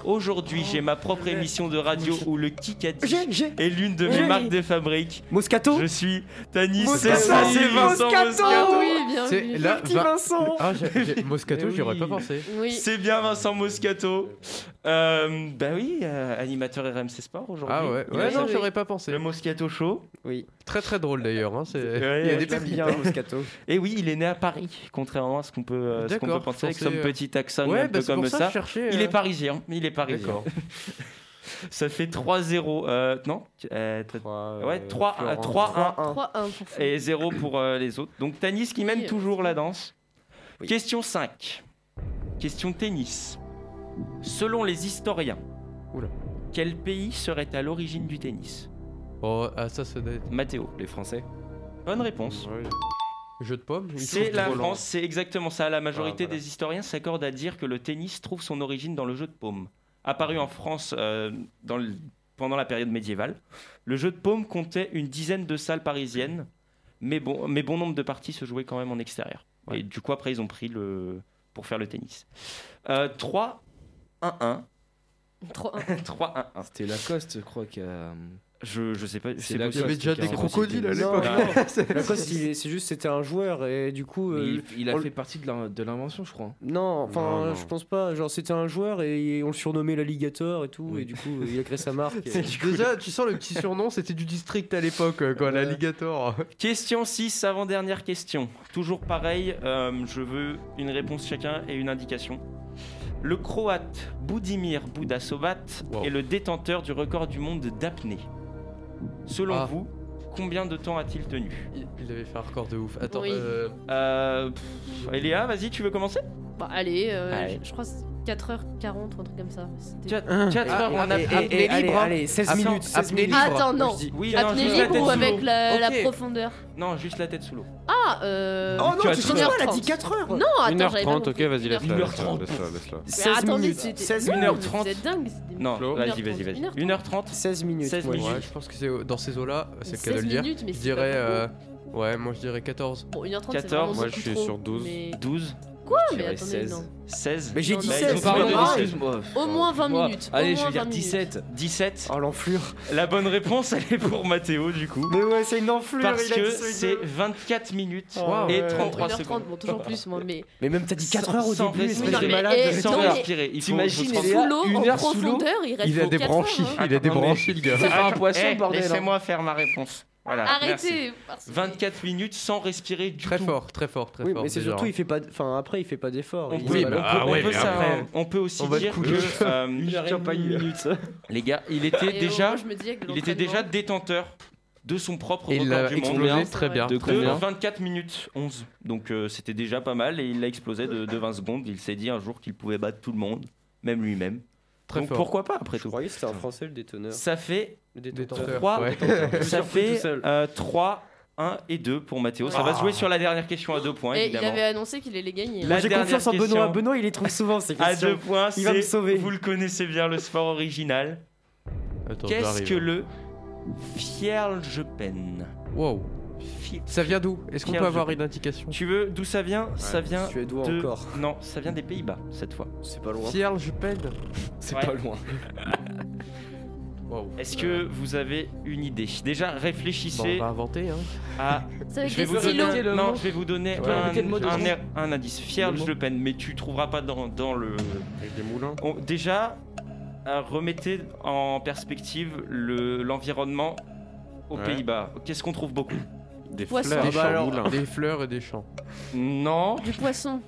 F: Aujourd'hui, j'ai ma propre émission de radio où le Kikadi est l'une de mes
L: J'ai.
F: marques de fabrique.
L: Moscato
F: Je suis Tanis, c'est
K: Moscato.
F: ça, c'est Vincent
K: Moscato,
F: Moscato.
M: Oh,
K: oui, bien C'est vu. là, Petit Vin- Vincent. Ah, j'ai- j'ai- Moscato,
F: Eh
K: j'y aurais
F: oui.
K: pas pensé.
M: Oui.
F: C'est bien Vincent Moscato. Euh, bah oui, euh, animateur RMC Sport aujourd'hui.
K: Ah ouais,
F: Il
K: ouais
F: a-
K: non, j'aurais pas pensé. Le
F: Moscato Show.
L: Oui.
K: Très très drôle d'ailleurs. hein, c'est-
F: Ouais,
K: Il y a
F: ouais,
K: des
F: j'aime
K: pépites.
F: bien Moscato. Et oui, il est né à Paris, contrairement à ce qu'on peut, euh, ce qu'on
K: D'accord,
F: peut penser avec
K: je pensais,
F: son
K: euh,
F: petit accent
K: ouais,
F: un
K: bah,
F: peu
K: c'est
F: comme
K: pour ça
F: ça.
K: que je cherchais,
F: Il est
K: euh,
F: parisien, il est parisien.
K: D'accord.
F: ça fait 3-0. euh, non euh, t'as- Ouais, 3
L: Florent.
F: 3-1.
M: 3-1 pour Flo.
F: Et 0 pour euh, les autres. Donc Tanis qui mène
M: Oui.
F: toujours la danse. Question 5. Question tennis. Selon les historiens, quel pays serait à l'origine du tennis
K: Oh, ah, ça, ça doit être.
F: Mathéo. Les Français. Bonne réponse.
K: Jeu de pommes il
F: C'est
K: faut
F: la
K: trop
F: France, c'est exactement ça. La majorité
K: Ah, voilà.
F: des historiens s'accordent à dire que le tennis trouve son origine dans le jeu de paume. Apparu en France euh, dans le- pendant la période médiévale, le jeu de paume comptait une dizaine de salles parisiennes, mais bon, mais bon nombre de parties se jouaient quand même en extérieur. Et du coup, après, ils ont pris le. pour faire le tennis. Euh, 3-1-1.
M: 3-1.
F: 3-1.
N: C'était Lacoste, je crois, qui a.
F: Je, je sais pas.
N: c'est
F: c'est
N: Lacoste
F: possible. Il y avait déjà
N: qui a
F: des
N: inventé le
F: crocodiles
N: tennis.
F: à l'époque.
N: Non, non.
L: Lacoste, il est- c'est juste c'était un joueur et du coup.
F: Bah,
N: Mais
L: euh,
N: il, il a
L: on-
N: fait partie de l'in- de l'invention, je crois. hein.
L: Non,
N: Non,
L: enfin,
N: non.
L: je pense pas. Genre, c'était un joueur et on le surnommait l'alligator et tout, et du coup, il a créé sa marque.
K: C'est- Déjà, tu sens le petit surnom, c'était du district à l'époque, euh, quand l'alligator.
F: Question 6, avant-dernière question. Toujours pareil, euh, je veux une réponse chacun et une indication. Le croate Budimir Budasobat est le détenteur du record du monde d'apnée. Selon
K: Ah.
F: vous, combien de temps a-t-il tenu
K: Il avait fait un record de ouf. Attends,
M: Oui.
K: euh,
F: Euh, pff, Eléa, vas-y, tu veux commencer
M: Bah, allez, euh,
F: Allez.
M: je crois 4h40 ou un truc comme ça. C'était- Ah,
F: 4
K: Ah,
F: heures, on a
L: Et- et-
F: apnée
L: et- allez,
F: libre. hein.
L: allez, 16
F: Attends,
L: minutes, 16
F: apnée
L: minutes.
F: libre.
M: Attends, non.
F: Je dis- Oui, non,
M: apnée
F: juste la
M: libre
F: tête
M: ou
F: sous
M: avec
F: l'eau.
M: la, la
F: Ok.
M: profondeur
F: Non, juste la tête sous l'eau.
M: Ah, euh.
F: Oh non, tu changes pas, elle a dit
M: 4h Non, attends, j'avais pas
J: 1h30, ok,
M: compris.
J: vas-y, laisse-la.
F: 1h30.
J: laisse-la, laisse-la.
M: Mais attendez, c'était-
K: 16
M: non, mais
K: minutes.
M: Vous êtes dingue, c'était-
F: Non,
K: Flo
F: vas-y, vas-y, vas-y. 1h30
L: 16 minutes.
F: 16
K: ouais,
F: minutes.
K: ouais, je pense que c'est dans ces eaux-là, c'est le cas
M: 16
K: de le dire.
M: minutes, mais
K: je
M: c'est
K: dirais.
M: pas
K: euh, ouais, moi je dirais 14.
M: Bon, 1h30, c'est vraiment beaucoup trop, mais-
F: 12.
M: Quoi
F: Je
M: Mais
F: dirais
M: attendez,
F: 16.
M: non.
F: 16
L: Mais j'ai
F: Bah,
L: dit
F: ils
L: 16,
F: ont parlé
L: pardon.
F: de-
L: Excuse-moi.
M: Au moins 20
F: Moi,
M: minutes. au
F: Allez, je
M: moins
F: vais dire
M: 20 minutes.
F: 17. 17.
L: Oh l'enflure.
F: La bonne réponse, elle est pour Mathéo, du coup.
L: Mais ouais, c'est une enflure.
F: Parce
L: il a
F: que
L: dit ce
F: c'est
L: jeu.
F: 24 minutes
L: Oh,
F: et
L: ouais.
F: 33
M: 1h30,
F: secondes.
M: bon, toujours plus, moi, mais.
L: Mais même t'as dit 4 heures au
F: Sans
L: début,
F: respirer.
L: espèce
F: Non,
L: de
F: mais-
L: malade.
F: et- Sans non, mais- respirer, il faut-
L: T'imagines,
F: faut
L: il
F: se
L: est
M: eh, Sous
L: là,
M: l'eau,
L: une
M: en
L: heure sous l'eau.
M: profondeur, il reste
K: Il a
M: pour
K: des
M: quatre
K: branchies,
M: heures, hein.
K: il a des
F: Non, mais-
K: branchies, le gars.
F: C'est pas un
K: Eh,
F: poisson, bordel.
K: bordel, hein.
F: Laissez-moi faire ma réponse. Voilà,
M: Arrêtez,
F: merci.
M: parce que-
F: 24 minutes sans respirer du
K: Très
F: tout.
K: fort, très fort, très
L: Oui,
K: fort.
L: mais c'est
K: déjà.
L: surtout, il fait pas. Enfin, après, il fait pas d'effort.
F: On
L: Il-
F: peut,
K: Oui,
F: on
K: bah,
F: peut-
K: ah
F: on
K: ouais,
F: peut
K: mais
F: ça,
K: après,
F: hein. On peut aussi
K: on va te
F: dire que
K: couler.
F: euh,
K: Une heure et
F: campagne
K: demie.
F: minutes. Les gars, il
M: Ah, Et
F: était
M: au-
F: déjà,
M: moi, je me disais que
F: il était déjà détenteur de son propre
K: Et il
F: record
K: l'a
F: du monde.
K: explosé Combien très bien.
F: De
K: Très bien.
F: 24 minutes 11. Donc euh, c'était déjà pas mal et il l'a explosé de, de 20 secondes. Il s'est dit un jour qu'il pouvait battre tout le monde, même lui-même.
L: Très
F: Donc
L: fort.
F: pourquoi pas après
L: Je
F: tout
L: croyais que c'était un français le déteneur.
F: Ça fait
L: Le détenteur.
F: Trois-
L: Ouais.
F: Ça
L: Je me suis repris
F: fait
L: tout seul.
F: 3, 1 et 2 pour Mathéo. Ça
L: Ah.
F: va se jouer sur la dernière question à 2 points
M: Et il
F: évidemment.
M: avait annoncé qu'il allait gagner.
F: La
L: J'ai
F: dernière
L: confiance en Benoît.
F: question.
L: Benoît, il les trouve souvent ces
F: À
L: questions.
F: deux points,
L: Il va me
F: c'est-
L: sauver.
F: Vous le connaissez bien, le sport original.
K: Attends,
F: Qu'est-ce
K: j'arrive,
F: que
K: hein.
F: le Fjerljepen
K: Wow. Ça vient d'où Est-ce qu'on peut
F: Fjerljepen.
K: avoir une indication
F: Tu veux d'où ça vient Ça vient
L: suédois
F: de...
L: encore.
F: Non, ça vient des Pays-Bas cette fois.
L: C'est pas loin.
K: Pierre Juppel
F: C'est
N: pas loin.
F: Est-ce que vous avez une idée Déjà réfléchissez
K: Bon, on va inventer, hein.
F: à
K: Ça va être
F: je vais
K: des
F: vous
K: stylos.
F: donner
K: Le
F: non,
K: mot.
F: je vais vous donner
K: Ouais.
F: un,
K: Répétez le mot deux
F: un
K: secondes.
F: air- un indice Fierge
K: Le mot.
F: Le Pen, mais tu trouveras pas dans, dans le
J: Avec des moulins.
F: On- déjà euh, remettez en perspective le l'environnement aux
J: Ouais.
F: Pays-Bas. Qu'est-ce qu'on trouve beaucoup
J: Des
M: poisson.
J: fleurs,
K: Des
J: des
K: champs,
J: champs,
K: Ah bah alors,
J: moulins.
K: des fleurs et des champs.
F: Non.
M: Du poisson.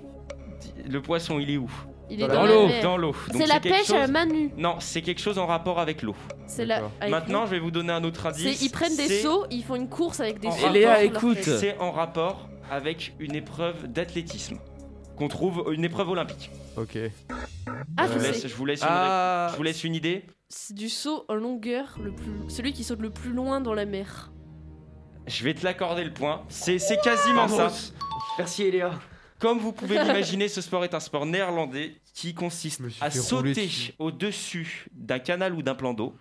F: Le poisson, il est où
M: Il est
F: Dans
M: dans la
F: l'eau.
M: mer.
F: Dans l'eau.
M: C'est
F: Donc,
M: la
F: quelque
M: pêche à la main nue.
F: Non, c'est quelque chose en rapport avec l'eau.
M: C'est la- D'accord. avec
F: Maintenant,
M: l'eau.
F: je vais vous donner un autre indice.
M: C'est- Ils prennent des
F: C'est
M: seaux, ils font une course avec des
F: en
M: seaux.
F: rapport-
M: sur leur tête.
F: C'est en rapport avec une épreuve d'athlétisme qu'on trouve une épreuve olympique.
K: Ok.
M: Ah,
F: je,
M: je
F: vous laisse,
M: sais.
F: je vous laisse une
M: Ah.
F: ré- je vous laisse une idée.
M: C'est du saut en longueur, le plus... celui qui saute le plus loin dans la mer.
F: Je vais te l'accorder le point. C'est c'est quasiment ça.
M: Vamos.
L: Merci Eléa.
F: Comme vous pouvez l'imaginer, ce sport est un sport néerlandais qui consiste à
K: fait rouler
F: sauter
K: dessus.
F: au-dessus d'un canal ou d'un plan d'eau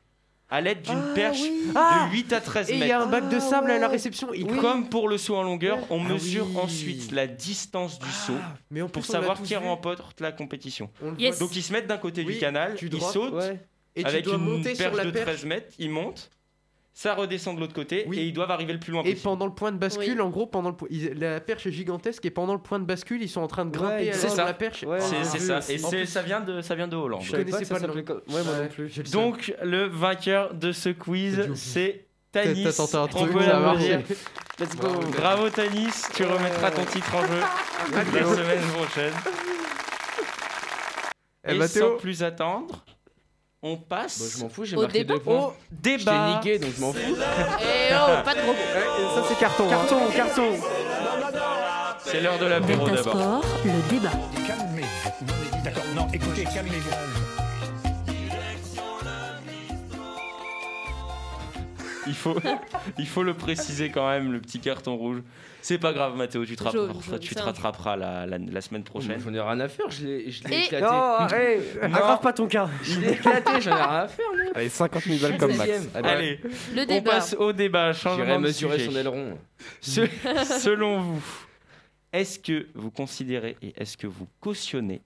F: à l'aide d'une
K: Ah
F: perche
K: oui. Ah
F: de 8 à 13
K: Et
F: mètres.
K: il y a un bac de sable à la réception. Il
F: Comme pour le saut en longueur, on
K: Ah
F: mesure
K: oui.
F: ensuite la distance du saut
K: Ah, mais en
F: pour
K: plus, on l'a
F: savoir
K: tous
F: qui
K: vu.
F: remporte la compétition.
K: On le
M: Yes. voit.
F: Donc ils se mettent d'un côté
K: Oui,
F: du canal,
K: tu
F: ils
K: droppes,
F: sautent
K: ouais. Et tu
F: avec
K: dois
F: une
K: monter sur
F: perche
K: la
F: de
K: perche.
F: 13 mètres, ils montent, ça redescend de l'autre côté et ils doivent arriver le plus loin
K: Et
F: possible.
K: pendant le point de bascule, en gros, pendant le po- ils- la perche est gigantesque et pendant le point de bascule, ils sont en train de grimper à
F: c'est
K: la
F: ça.
K: la perche. Ah,
F: c'est c'est ça. Et
K: En
F: c'est-
K: plus,
F: ça vient de ça vient de Hollande.
K: Je savais Je pas connaissais que ça pas le nom. s'appelait comme- Ouais, moi non Ouais. plus, j'ai le
F: Donc le vainqueur de ce quiz, c'est Tanis.
K: T'as tenté un
F: On
K: truc,
F: peut
K: ça a
F: l'applaudir.
K: marché. Let's go.
F: Bravo Tanis, tu remettras ton titre en jeu la
K: Mathéo.
F: semaine prochaine.
K: Eh,
F: Et
K: Mathéo.
F: sans plus attendre, on passe
N: Bon, je m'en fous, j'ai Au marqué débat. deux points.
F: Au débat.
N: Je t'ai niqué, donc je m'en fous.
M: Eh oh, pas de gros
K: Ça, c'est carton.
L: Carton,
K: hein.
L: carton.
F: C'est l'heure de l'apéro
E: Delta
F: d'abord.
E: Sport, le débat.
H: Calmez-vous. Non, mais D'accord, non, écoutez, calmez-vous.
F: Il faut, il faut le préciser quand même, le petit carton rouge. C'est pas grave, Mathéo, tu te, rapp-
N: Jaune, jaune,
F: tu
N: c'est
F: te
N: un-
F: rattraperas la, la- la semaine prochaine. J'en ai rien à faire, je l'ai
N: l'ai Et- éclaté.
L: Non, arrête, aggrave pas ton cas.
N: Il est éclaté, j'en ai rien à faire.
J: Allez, 50 000 balles
N: Je
J: comme
N: suis
J: max.
N: deuxième.
F: Allez,
N: Le
F: on
N: débat.
F: passe au débat. changement
N: J'irai
F: de
N: mesurer
F: sujet.
N: son aileron.
F: Se- selon vous, est-ce que vous considérez et est-ce que vous cautionnez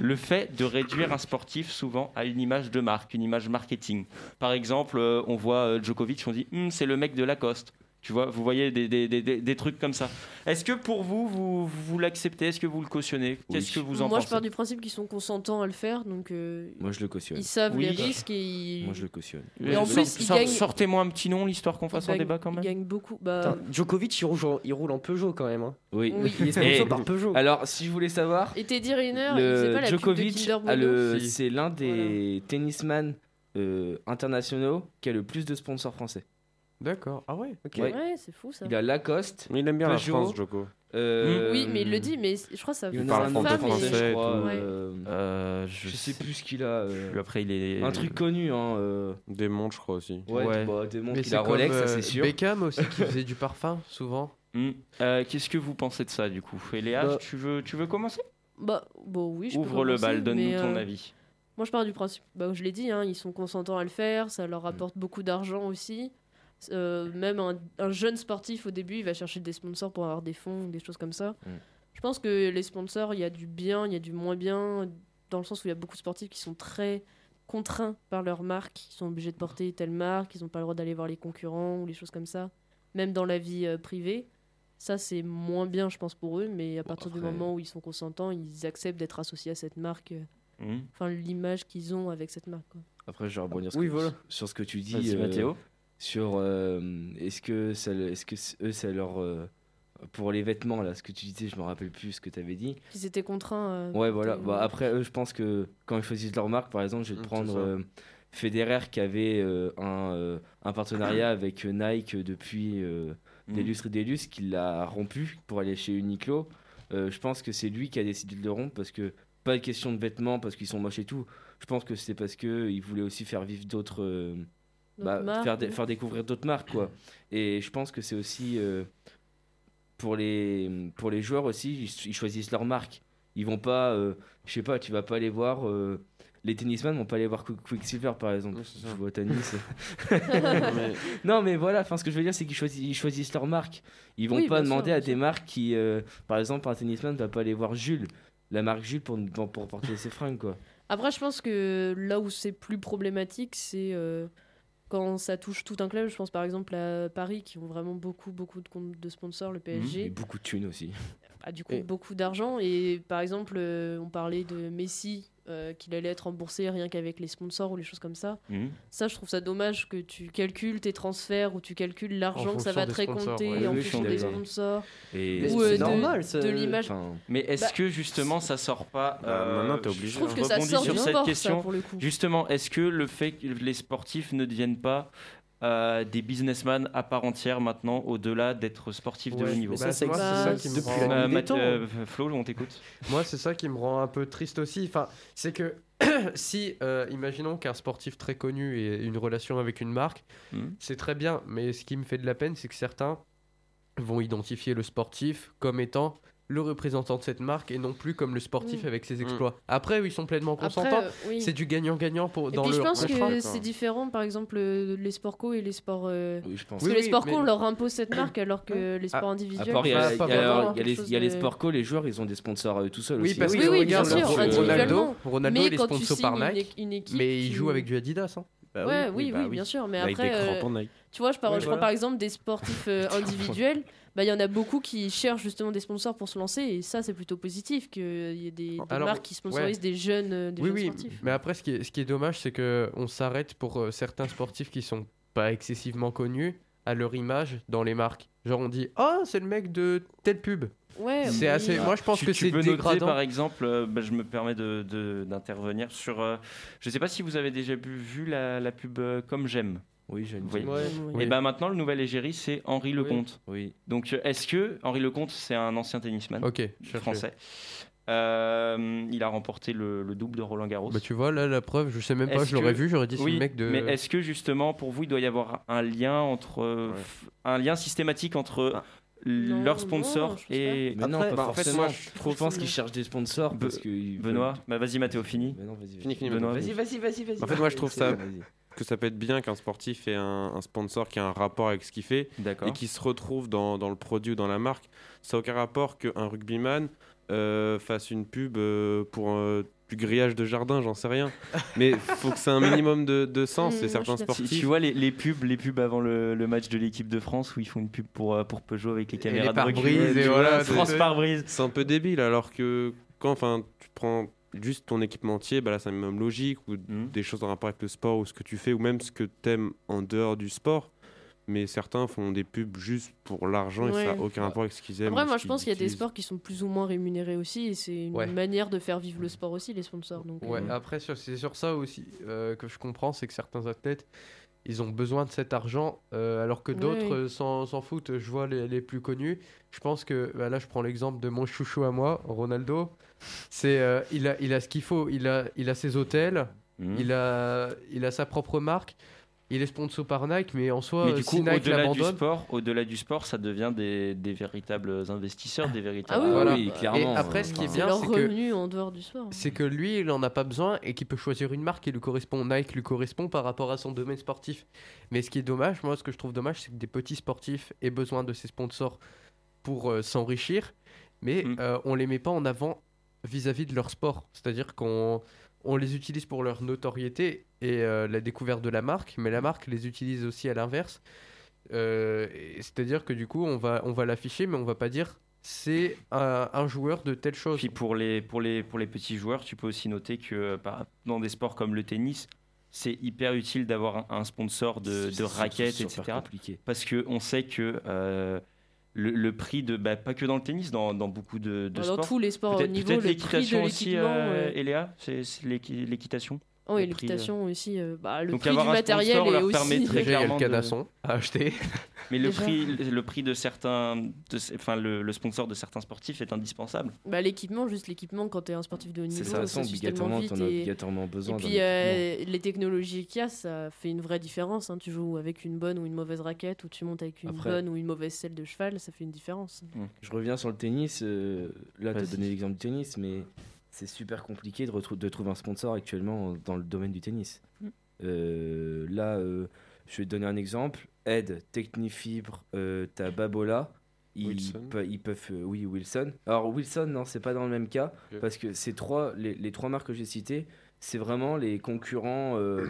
F: le fait de réduire un sportif souvent à une image de marque, une image marketing Par exemple, euh, on voit euh, Djokovic, on dit Hum, c'est le mec de Lacoste. Tu vois, vous voyez des, des- des- des- des trucs comme ça. Est-ce que pour vous, vous, vous l'acceptez Est-ce que vous le cautionnez Qu'est-ce que vous en
M: Moi, je
F: pensez
M: pars du principe qu'ils sont consentants à le faire, donc euh,
N: Moi, je le cautionne.
M: ils savent les
F: Oui.
M: risques et ils...
N: Moi, je le cautionne.
M: Et en
F: Sort-
M: plus, ils
F: Euh, sort-
M: gagnent-
F: Sortez-moi un petit nom, l'histoire qu'on
M: ils
F: fasse en
M: gagnent-
F: débat quand même.
M: Ils gagnent beaucoup. Bah,
L: Putain, Djokovic, il roule, en- il roule en Peugeot quand même. hein.
N: Oui.
M: Oui.
N: Il est
K: Eh,
L: sponsor
N: Et-
L: par Peugeot.
K: ah,
N: Alors, si je voulais savoir,
M: et Teddy Riner, il faisait
N: le
M: pas la pub de
N: Djokovic,
M: Kinder
N: a
M: Bueno
N: le-
M: Si.
N: c'est l'un des tennisman euh, internationaux qui a le plus de sponsors français.
K: D'accord. Ah ouais.
N: Ok.
M: Ouais, c'est fou ça.
N: Il a Lacoste.
J: Il aime bien la
N: Peugeot,
J: France, Joko.
N: euh,
M: Oui, mais il le dit, mais je crois que ça
N: Il
M: c'est
N: en a un
M: une
N: autre
M: femme,
N: français,
M: mais-
N: je crois.
M: Ouais.
N: euh,
F: je,
N: sais plus ce qu'il a. euh,
F: Après, il est.
N: Un truc connu, hein. euh,
J: Des montres, je crois aussi.
N: Ouais, bah, des montres.
K: Mais
N: Il
K: c'est
N: a Rolex,
K: comme,
N: ça,
K: euh,
N: c'est sûr.
K: Beckham aussi qui faisait du parfum souvent.
F: Hmm. Euh, Qu'est-ce que vous pensez de ça du coup Et Léa,
M: Bah-
F: tu, veux, tu veux commencer
M: Bah, bon, oui, je peux
F: Ouvre le
M: commencer,
F: bal, donne-nous
M: mais,
F: ton
M: euh,
F: avis.
M: Moi, je pars du principe, bah, je l'ai dit, hein, ils sont consentants à le faire, ça leur rapporte beaucoup d'argent aussi. Euh, même un, un jeune sportif, au début, il va chercher des sponsors pour avoir des fonds, des choses comme ça.
N: Mm.
M: Je pense que les sponsors, il y a du bien, il y a du moins bien, dans le sens où il y a beaucoup de sportifs qui sont très contraints par leur marque, ils sont obligés de porter telle marque, ils n'ont pas le droit d'aller voir les concurrents ou les choses comme ça, même dans la vie euh, privée. Ça, c'est moins bien, je pense, pour eux, mais à partir du
F: après-
M: moment où ils sont consentants, ils acceptent d'être associés à cette marque. euh,
F: Hmm.
M: enfin l'image qu'ils ont avec cette marque. quoi.
N: Après, je vais rebondir sur,
M: Oui,
N: ce que-
M: voilà.
N: sur ce que tu dis,
F: Vas-y,
N: euh,
F: Mathéo.
N: Sur euh, est-ce que ça, le- est-ce que c- eux, ça leur euh, pour les vêtements là, ce que tu disais, je me rappelle plus ce que tu avais dit.
M: Qu'ils étaient contraints. euh,
N: Ouais, voilà.
M: de-
N: Bah, après, eux, je pense que quand ils choisissent leur marque, par exemple, je vais te prendre
M: ça.
N: euh, Federer qui avait euh, un, euh, un partenariat avec euh, Nike depuis euh, des
F: Mm.
N: lustres et des lustres, qu'il l'a rompu pour aller chez Uniqlo. Euh, je pense que c'est lui qui a décidé de le rompre parce que pas de question de vêtements, parce qu'ils sont moches et tout. Je pense que c'est parce que euh, il voulait aussi faire vivre d'autres. euh,
M: D'autres marques,
N: faire, dé-
M: oui.
N: faire découvrir d'autres marques, quoi. Et je pense que c'est aussi. euh, pour les, pour les joueurs aussi, ils, ch- ils choisissent leur marque. Ils vont pas, euh, je sais pas, tu vas pas aller voir. euh, les tennisman vont pas aller voir Qu- Quicksilver par exemple. je vois tennis. Non mais voilà, enfin ce que je veux dire c'est qu'ils choisi- ils choisissent leur marque. Ils vont
M: Oui,
N: pas
M: bien sûr,
N: demander
M: bien
N: à des marques qui, euh, par exemple, un tennisman va pas aller voir Jules, la marque Jules pour pour, pour porter ses fringues quoi.
M: Après, je pense que là où c'est plus problématique, c'est euh, quand ça touche tout un club. Je pense par exemple à Paris qui ont vraiment beaucoup, beaucoup de comptes de sponsors, le PSG.
N: Et beaucoup de thunes aussi.
M: a du coup beaucoup d'argent. Et par exemple, euh, on parlait de Messi euh, qu'il allait être remboursé rien qu'avec les sponsors ou les choses comme ça.
F: Mhm.
M: Ça, je trouve ça dommage que tu calcules tes transferts ou tu calcules l'argent que ça
F: fonction
M: va
F: des
M: te récompter
F: sponsors, ouais.
M: en
F: Oui, je
M: fonction
F: suis
M: des
F: d'accord.
M: sponsors.
F: Et-
M: ou euh,
F: C'est
M: de,
F: normal,
L: ça-
M: de l'image.
F: Mais est-ce
M: Bah,
F: que justement ça sort pas euh,
J: maintenant, Bah, t'es obligé,
F: je
M: trouve hein. que ça
F: rebondis
M: sort
F: sur
M: du
F: cette
M: sport, ça,
F: question.
M: pour le coup.
F: Justement, est-ce que le fait que les sportifs ne deviennent pas euh, des businessmen à part entière maintenant, au-delà d'être sportifs de
K: Ouais,
F: haut niveau
K: mais ça, c'est Bah, ça qui me
F: Depuis
K: rend-
F: la
K: Euh,
F: nuit des
K: Math-
F: temps. hein.
K: euh,
F: Flo, on t'écoute.
K: Moi, c'est ça qui me rend un peu triste aussi. Enfin, c'est que si, euh, imaginons qu'un sportif très connu ait une relation avec une marque,
F: Mhm.
K: c'est très bien. Mais ce qui me fait de la peine, c'est que certains vont identifier le sportif comme étant le représentant de cette marque et non plus comme le sportif
M: Mhm.
K: avec ses exploits. Mm. Après, ils sont pleinement consentants.
M: euh, oui.
K: C'est du gagnant-gagnant pour
M: Et
K: dans
M: puis
K: le
M: je pense
K: contrat.
M: que c'est différent, par exemple, euh, les sports co et les sports. euh,
N: Oui, je pense.
M: Parce que
N: Oui,
M: les
N: oui,
M: sports co,
N: mais-
M: on leur impose cette marque, alors que les sports individuels.
N: Après, il y a,
M: c'est
N: il y a-
M: vraiment hein,
N: il y a les,
M: quelque chose
N: il y a les
M: de-
N: sports co, les joueurs, ils ont des sponsors euh, tout seuls
K: Oui,
N: aussi.
K: parce
M: Oui,
K: que
M: oui, bien
K: regarde,
M: sûr,
K: Ronaldo,
M: individuellement.
K: Ronaldo, Ronaldo,
M: Mais
K: il est
M: quand tu
K: sponsor
M: signes
K: par
M: une
K: Nike,
M: é- une équipe
K: mais il
M: qui- Bah
K: joue avec du Adidas. Hein.
M: ouais, oui, oui, bien sûr. Mais après, euh, tu vois, je, parle,
K: Oui,
M: je
K: voilà.
M: prends par exemple des sportifs euh, individuels. Bah, Il y en a beaucoup qui cherchent justement des sponsors pour se lancer, et ça, c'est plutôt positif qu'il y ait des, des
K: Alors,
M: marques qui sponsorisent
K: ouais.
M: des jeunes, euh, des
K: oui,
M: jeunes
K: oui.
M: sportifs.
K: Mais après, ce qui est, ce qui est dommage, c'est que on s'arrête pour euh, certains sportifs qui sont pas excessivement connus à leur image dans les marques. Genre, on dit Ah, c'est le mec de telle pub.
M: Ouais,
K: c'est assez. Moi, je pense
F: Tu-
K: que
F: tu
K: c'est
F: peux noter,
K: dégradant.
F: par exemple, euh, bah, je me permets de- de- d'intervenir sur. euh, je ne sais pas si vous avez déjà bu- vu la, la pub euh, Comme j'aime.
N: Oui, j'ai
F: une
N: Ouais.
F: Et
N: Oui.
F: ben maintenant, le nouvel égérie, c'est Henri Lecomte.
N: Oui.
F: Donc, euh, est-ce que Henri Lecomte, c'est un ancien tennisman
K: Ok,
F: français Euh, Il a remporté le, le double de Roland Garros.
K: Bah, tu vois, là, la preuve, je sais même pas,
F: Est-ce
K: je l'aurais
F: que-
K: vu, j'aurais dit c'est
F: Oui,
K: le mec de.
F: Mais est-ce que justement, pour vous, il doit y avoir un lien entre, euh, f- un lien systématique entre leurs sponsors et
N: Mais non, pas
F: Bah, en fait,
N: forcément.
F: moi,
N: je, pense qu'ils cherchent des sponsors parce que
F: Benoît, bah vas-y Mathéo, fini.
N: Mais non, vas-y, vas-y.
F: Fini, fini, Benoît.
N: Vas-y, vas-y, vas-y, vas-y.
J: En fait, moi, je trouve ça
N: Vas-y.
J: que ça peut être bien qu'un sportif ait un, un sponsor qui a un rapport avec ce qu'il fait
F: D'accord.
J: et qui se retrouve dans, dans le produit ou dans la marque. Ça n'a aucun rapport qu'un rugbyman euh, fasse une pub euh, pour euh, du grillage de jardin, j'en sais rien. Mais faut que ça ait un minimum de, de sens.
M: Mm,
J: Et certains sportifs.
F: Tu, tu vois les, les pubs, les pubs avant le, le match de l'équipe de France où ils font une pub pour, euh, pour Peugeot avec les caméras de recul.
J: Ouais,
F: Tu
J: tu
F: vois,
J: vois,
F: France
J: c'est-
F: par brise.
J: C'est un peu débile alors que quand enfin tu prends juste ton équipementier, bah là c'est la même logique ou
K: Mhm.
J: des choses en rapport avec le sport ou ce que tu fais ou même ce que t'aimes en dehors du sport. Mais certains font des pubs juste pour l'argent et ça
M: Ouais.
J: n'a aucun rapport avec ce qu'ils aiment.
M: Après,
J: ou
M: moi,
J: ce
M: je pense qu'il y a des
J: utilisent.
M: sports qui sont plus ou moins rémunérés aussi, et c'est une
K: Ouais.
M: manière de faire vivre le sport aussi, les sponsors. Donc,
K: Ouais,
M: euh,
K: après, sur- c'est sur ça aussi euh, que je comprends, c'est que certains athlètes, ils ont besoin de cet argent, euh, alors que
M: Ouais,
K: d'autres
M: ouais.
K: euh, s'en s'en foutent. Je vois les, les plus connus. Je pense que bah, là, je prends l'exemple de mon chouchou à moi, Ronaldo. C'est, euh, il, a, il a ce qu'il faut. Il a, il a ses hôtels,
F: Mhm.
K: il, euh, a, il a sa propre marque. Il est sponsor par Nike, mais en soi,
F: Mais
K: euh,
F: du
K: si
F: coup,
K: Nike
F: au-delà du
K: l'abandonne,
F: sport, au-delà du sport, ça devient des, des véritables investisseurs, des véritables.
M: Ah
K: Voilà. Et
N: hein.
K: après, ce qui est
M: c'est
K: bien,
M: leur
K: c'est que
M: revenu en dehors du sport.
K: c'est
F: Mm.
K: que lui, il en a pas besoin et qu'il peut choisir une marque qui lui correspond. Nike lui correspond par rapport à son domaine sportif. Mais ce qui est dommage, moi, ce que je trouve dommage, c'est que des petits sportifs aient besoin de ces sponsors pour euh, s'enrichir, mais
F: Mm.
K: euh, on les met pas en avant vis-à-vis de leur sport. C'est-à-dire qu'on on les utilise pour leur notoriété et euh, la découverte de la marque, mais la
F: Mm.
K: marque les utilise aussi à l'inverse. Euh, et C'est-à-dire que du coup, on va, on va l'afficher, mais on va pas dire c'est un, un joueur de telle chose.
F: Puis pour les, pour, les, pour les petits joueurs, tu peux aussi noter que euh, par- dans des sports comme le tennis, c'est hyper utile d'avoir un, un sponsor de, de raquettes,
N: c'est super
F: etc. Parce qu'on sait que euh, le, le prix de. bah, pas que dans le tennis, dans, dans beaucoup de, de
M: Dans
F: sports.
M: tous les sports au
F: Peut-être-
M: niveau,
F: peut-être
M: le prix de
F: l'équitation aussi,
M: l'équipement,
F: euh,
M: ouais.
F: Eléa C'est c'est l'équi- l'équitation
M: Oh, et
F: Le prix, euh,
M: l'équitation aussi. euh, bah, le
F: Donc
M: prix du
F: avoir un
M: matériel
F: sponsor
M: est
F: leur
M: aussi.
F: permet très
K: Déjà, il y a le
F: clairement de-
K: canasson à acheter.
F: Mais le
M: Déjà.
F: prix, le prix de certains, de, ces- enfin le, le sponsor de certains sportifs est indispensable.
M: Bah, l'équipement, juste l'équipement, quand t'es un sportif de haut niveau,
F: ça,
M: ça,
F: de toute
M: se
F: façon,
M: suit tellement
F: obligatoirement,
M: vite
F: t'en as
M: et-
F: obligatoirement besoin
M: Et
F: d'un
M: puis euh, les technologies qu'il y a, ça fait une vraie différence. hein. Tu joues avec une bonne ou une mauvaise raquette, ou tu montes avec une
N: Après-
M: bonne ou une mauvaise selle de cheval, ça fait une différence.
N: Je reviens sur le tennis. euh, là, tu as
F: Vas-y.
N: donné l'exemple du tennis, mais c'est super compliqué de, retrou- de trouver un sponsor actuellement dans le domaine du tennis.
M: Mm.
N: Euh, là, euh, je vais te donner un exemple. Aide, Technifibre, euh, t'as Babola. Ils,
J: Wilson.
N: pe- ils peuvent. euh, oui, Wilson. Alors, Wilson, non, c'est pas dans le même cas.
J: Ok.
N: Parce que ces trois, les, les trois marques que j'ai citées, c'est vraiment les concurrents. euh,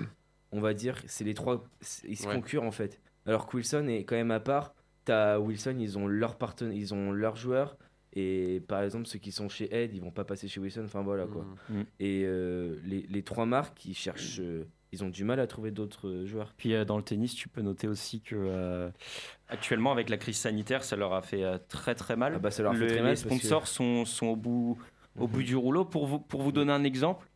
N: on va dire, c'est les trois. c'est- Ils se
J: Ouais.
N: concurrent en fait. Alors que Wilson est quand même à part. T'as Wilson, ils ont leur partenaire, ils ont leurs joueurs Et par exemple, ceux qui sont chez Ed, ils vont pas passer chez Wilson. Enfin voilà quoi.
F: Mhm. Mhm.
N: Et euh, les, les trois marques, ils cherchent. euh, ils ont du mal à trouver d'autres euh, joueurs.
F: Puis euh, dans le tennis, tu peux noter aussi que euh, actuellement, avec la crise sanitaire, ça leur a fait euh, très très mal.
N: Ah bah, ça leur a fait
F: Le-
N: très mal
F: les
N: parce que- Mhm.
F: sponsors sont, sont au bout, au bout du rouleau. Pour vous, pour vous donner un exemple,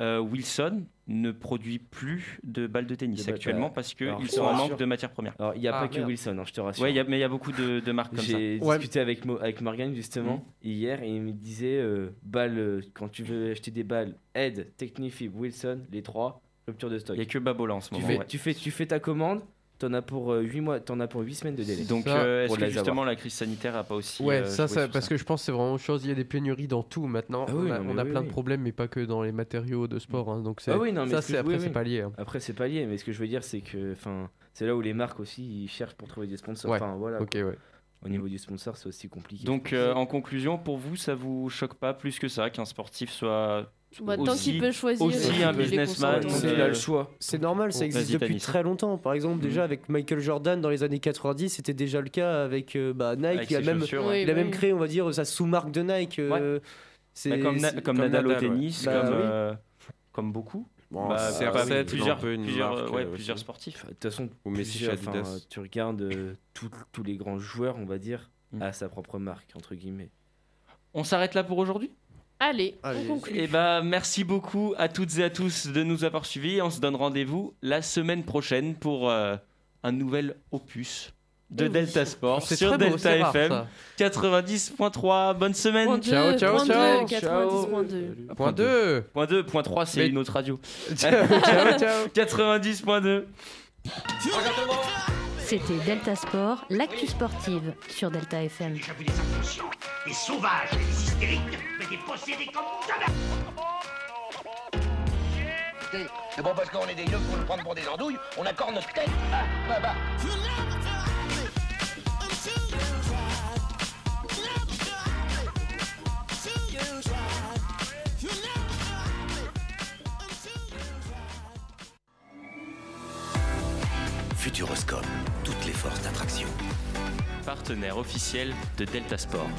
F: euh, Wilson ne produit plus de balles de tennis
N: De balles-
F: actuellement
N: bah,
F: parce
N: alors,
F: qu'ils
N: je te
F: sont en
N: rassure.
F: manque de matières premières.
N: Alors, il n'y a pas que Wilson, hein, je te rassure.
F: Ouais, il y a- mais il y a beaucoup de, de marques comme ça.
N: J'ai discuté avec, Mo- avec Morgane justement hier et il me disait euh, balle, euh, quand tu veux acheter des balles, Ed, Technifib, Wilson, les trois, rupture de stock. Il
F: n'y a que Babola en ce
N: tu
F: moment,
N: Fais,
F: ouais.
N: tu, fais, tu fais ta commande, t'en as pour 8 mois, t'en as pour 8 semaines de délai.
F: Donc,
K: Ça,
F: euh, est-ce
N: pour
F: que
N: les avoir.
F: justement la crise sanitaire a pas aussi.
K: Ouais,
F: euh,
K: ça,
F: joué
K: ça,
F: sur
K: parce que je pense que c'est vraiment autre chose. Il y a des pénuries dans tout maintenant.
N: Ah oui,
K: on a,
N: non, mais
K: on a
N: oui,
K: plein
N: oui.
K: de problèmes, mais pas que dans les matériaux de sport. hein. Donc c'est
N: Ah oui, non, mais
K: ça,
N: ce que
K: c'est
N: je-
K: après,
N: oui,
K: c'est
N: oui.
K: pas lié. hein.
N: Après, c'est pas lié, mais ce que je veux dire, c'est que enfin, c'est là où les marques aussi ils cherchent pour trouver des sponsors.
F: Ouais,
N: Enfin, voilà,
F: ok,
N: quoi.
K: ouais.
N: Au niveau du sponsor, c'est aussi compliqué.
F: Donc, euh, en conclusion, pour vous, ça vous choque pas plus que ça qu'un sportif soit
M: Bah, tant
F: aussi,
M: qu'il peut choisir,
F: aussi
M: il
F: un
M: peut les
F: businessman
M: consommer.
L: Tant
F: euh,
L: qu'il a le choix. C'est normal, ça
F: Vas-y, Mm-hmm.
L: existe depuis
F: Tanis.
L: très longtemps. Par exemple, déjà avec Michael Jordan dans les années 90, c'était déjà le cas avec euh, bah, Nike.
F: Avec
L: il a
F: ses
L: même,
F: chaussures, ouais.
L: il a
F: Oui,
L: même
F: oui.
L: créé, on va dire, sa sous-marque de Nike. euh, c'est-
F: bah, comme, Na-
L: c'est-
F: comme Nadal au tennis,
L: ouais.
F: comme,
L: Bah oui.
F: euh, comme beaucoup.
N: Bon,
F: Bah,
N: c'est
F: bah,
N: assez
F: plusieurs,
N: un peu une
F: plusieurs,
N: marque,
F: ouais,
N: euh,
F: plusieurs
N: aussi.
F: sportifs.
N: De toute façon,
J: Ou Messi chez
N: plusieurs, enfin,
J: Adidas.
N: euh, tu regardes euh, tout- tous les grands joueurs, on va dire,
F: Mm.
N: à sa propre marque, entre guillemets.
F: On s'arrête là pour aujourd'hui
M: Allez, on conclut.
F: Et bah, merci beaucoup à toutes et à tous de nous avoir suivis. On se donne rendez-vous la semaine prochaine pour euh, un nouvel opus de
K: Eh oui.
F: Delta Sport
K: C'est
F: sur
K: très beau,
F: Delta
K: c'est rare,
F: FM
K: ça.
F: 90.3. Bonne semaine.
M: Point deux, point deux, 90.2.
K: Point 2
F: Point 2, point 3, c'est
K: Mais-
F: une autre radio.
K: Ciao, ciao, ciao.
F: 90.2.
E: C'était Delta Sport, l'actu sportive sur Delta FM.
H: Des sauvages, des hystériques, mais des possédés comme jamais
I: Écoutez, C'est bon parce qu'on est des yeux pour nous prendre pour des andouilles, on accorde notre tête. Ah, bah, bah.
C: Futuroscope, toutes les forces d'attraction.
F: Partenaire officiel de Delta Sport.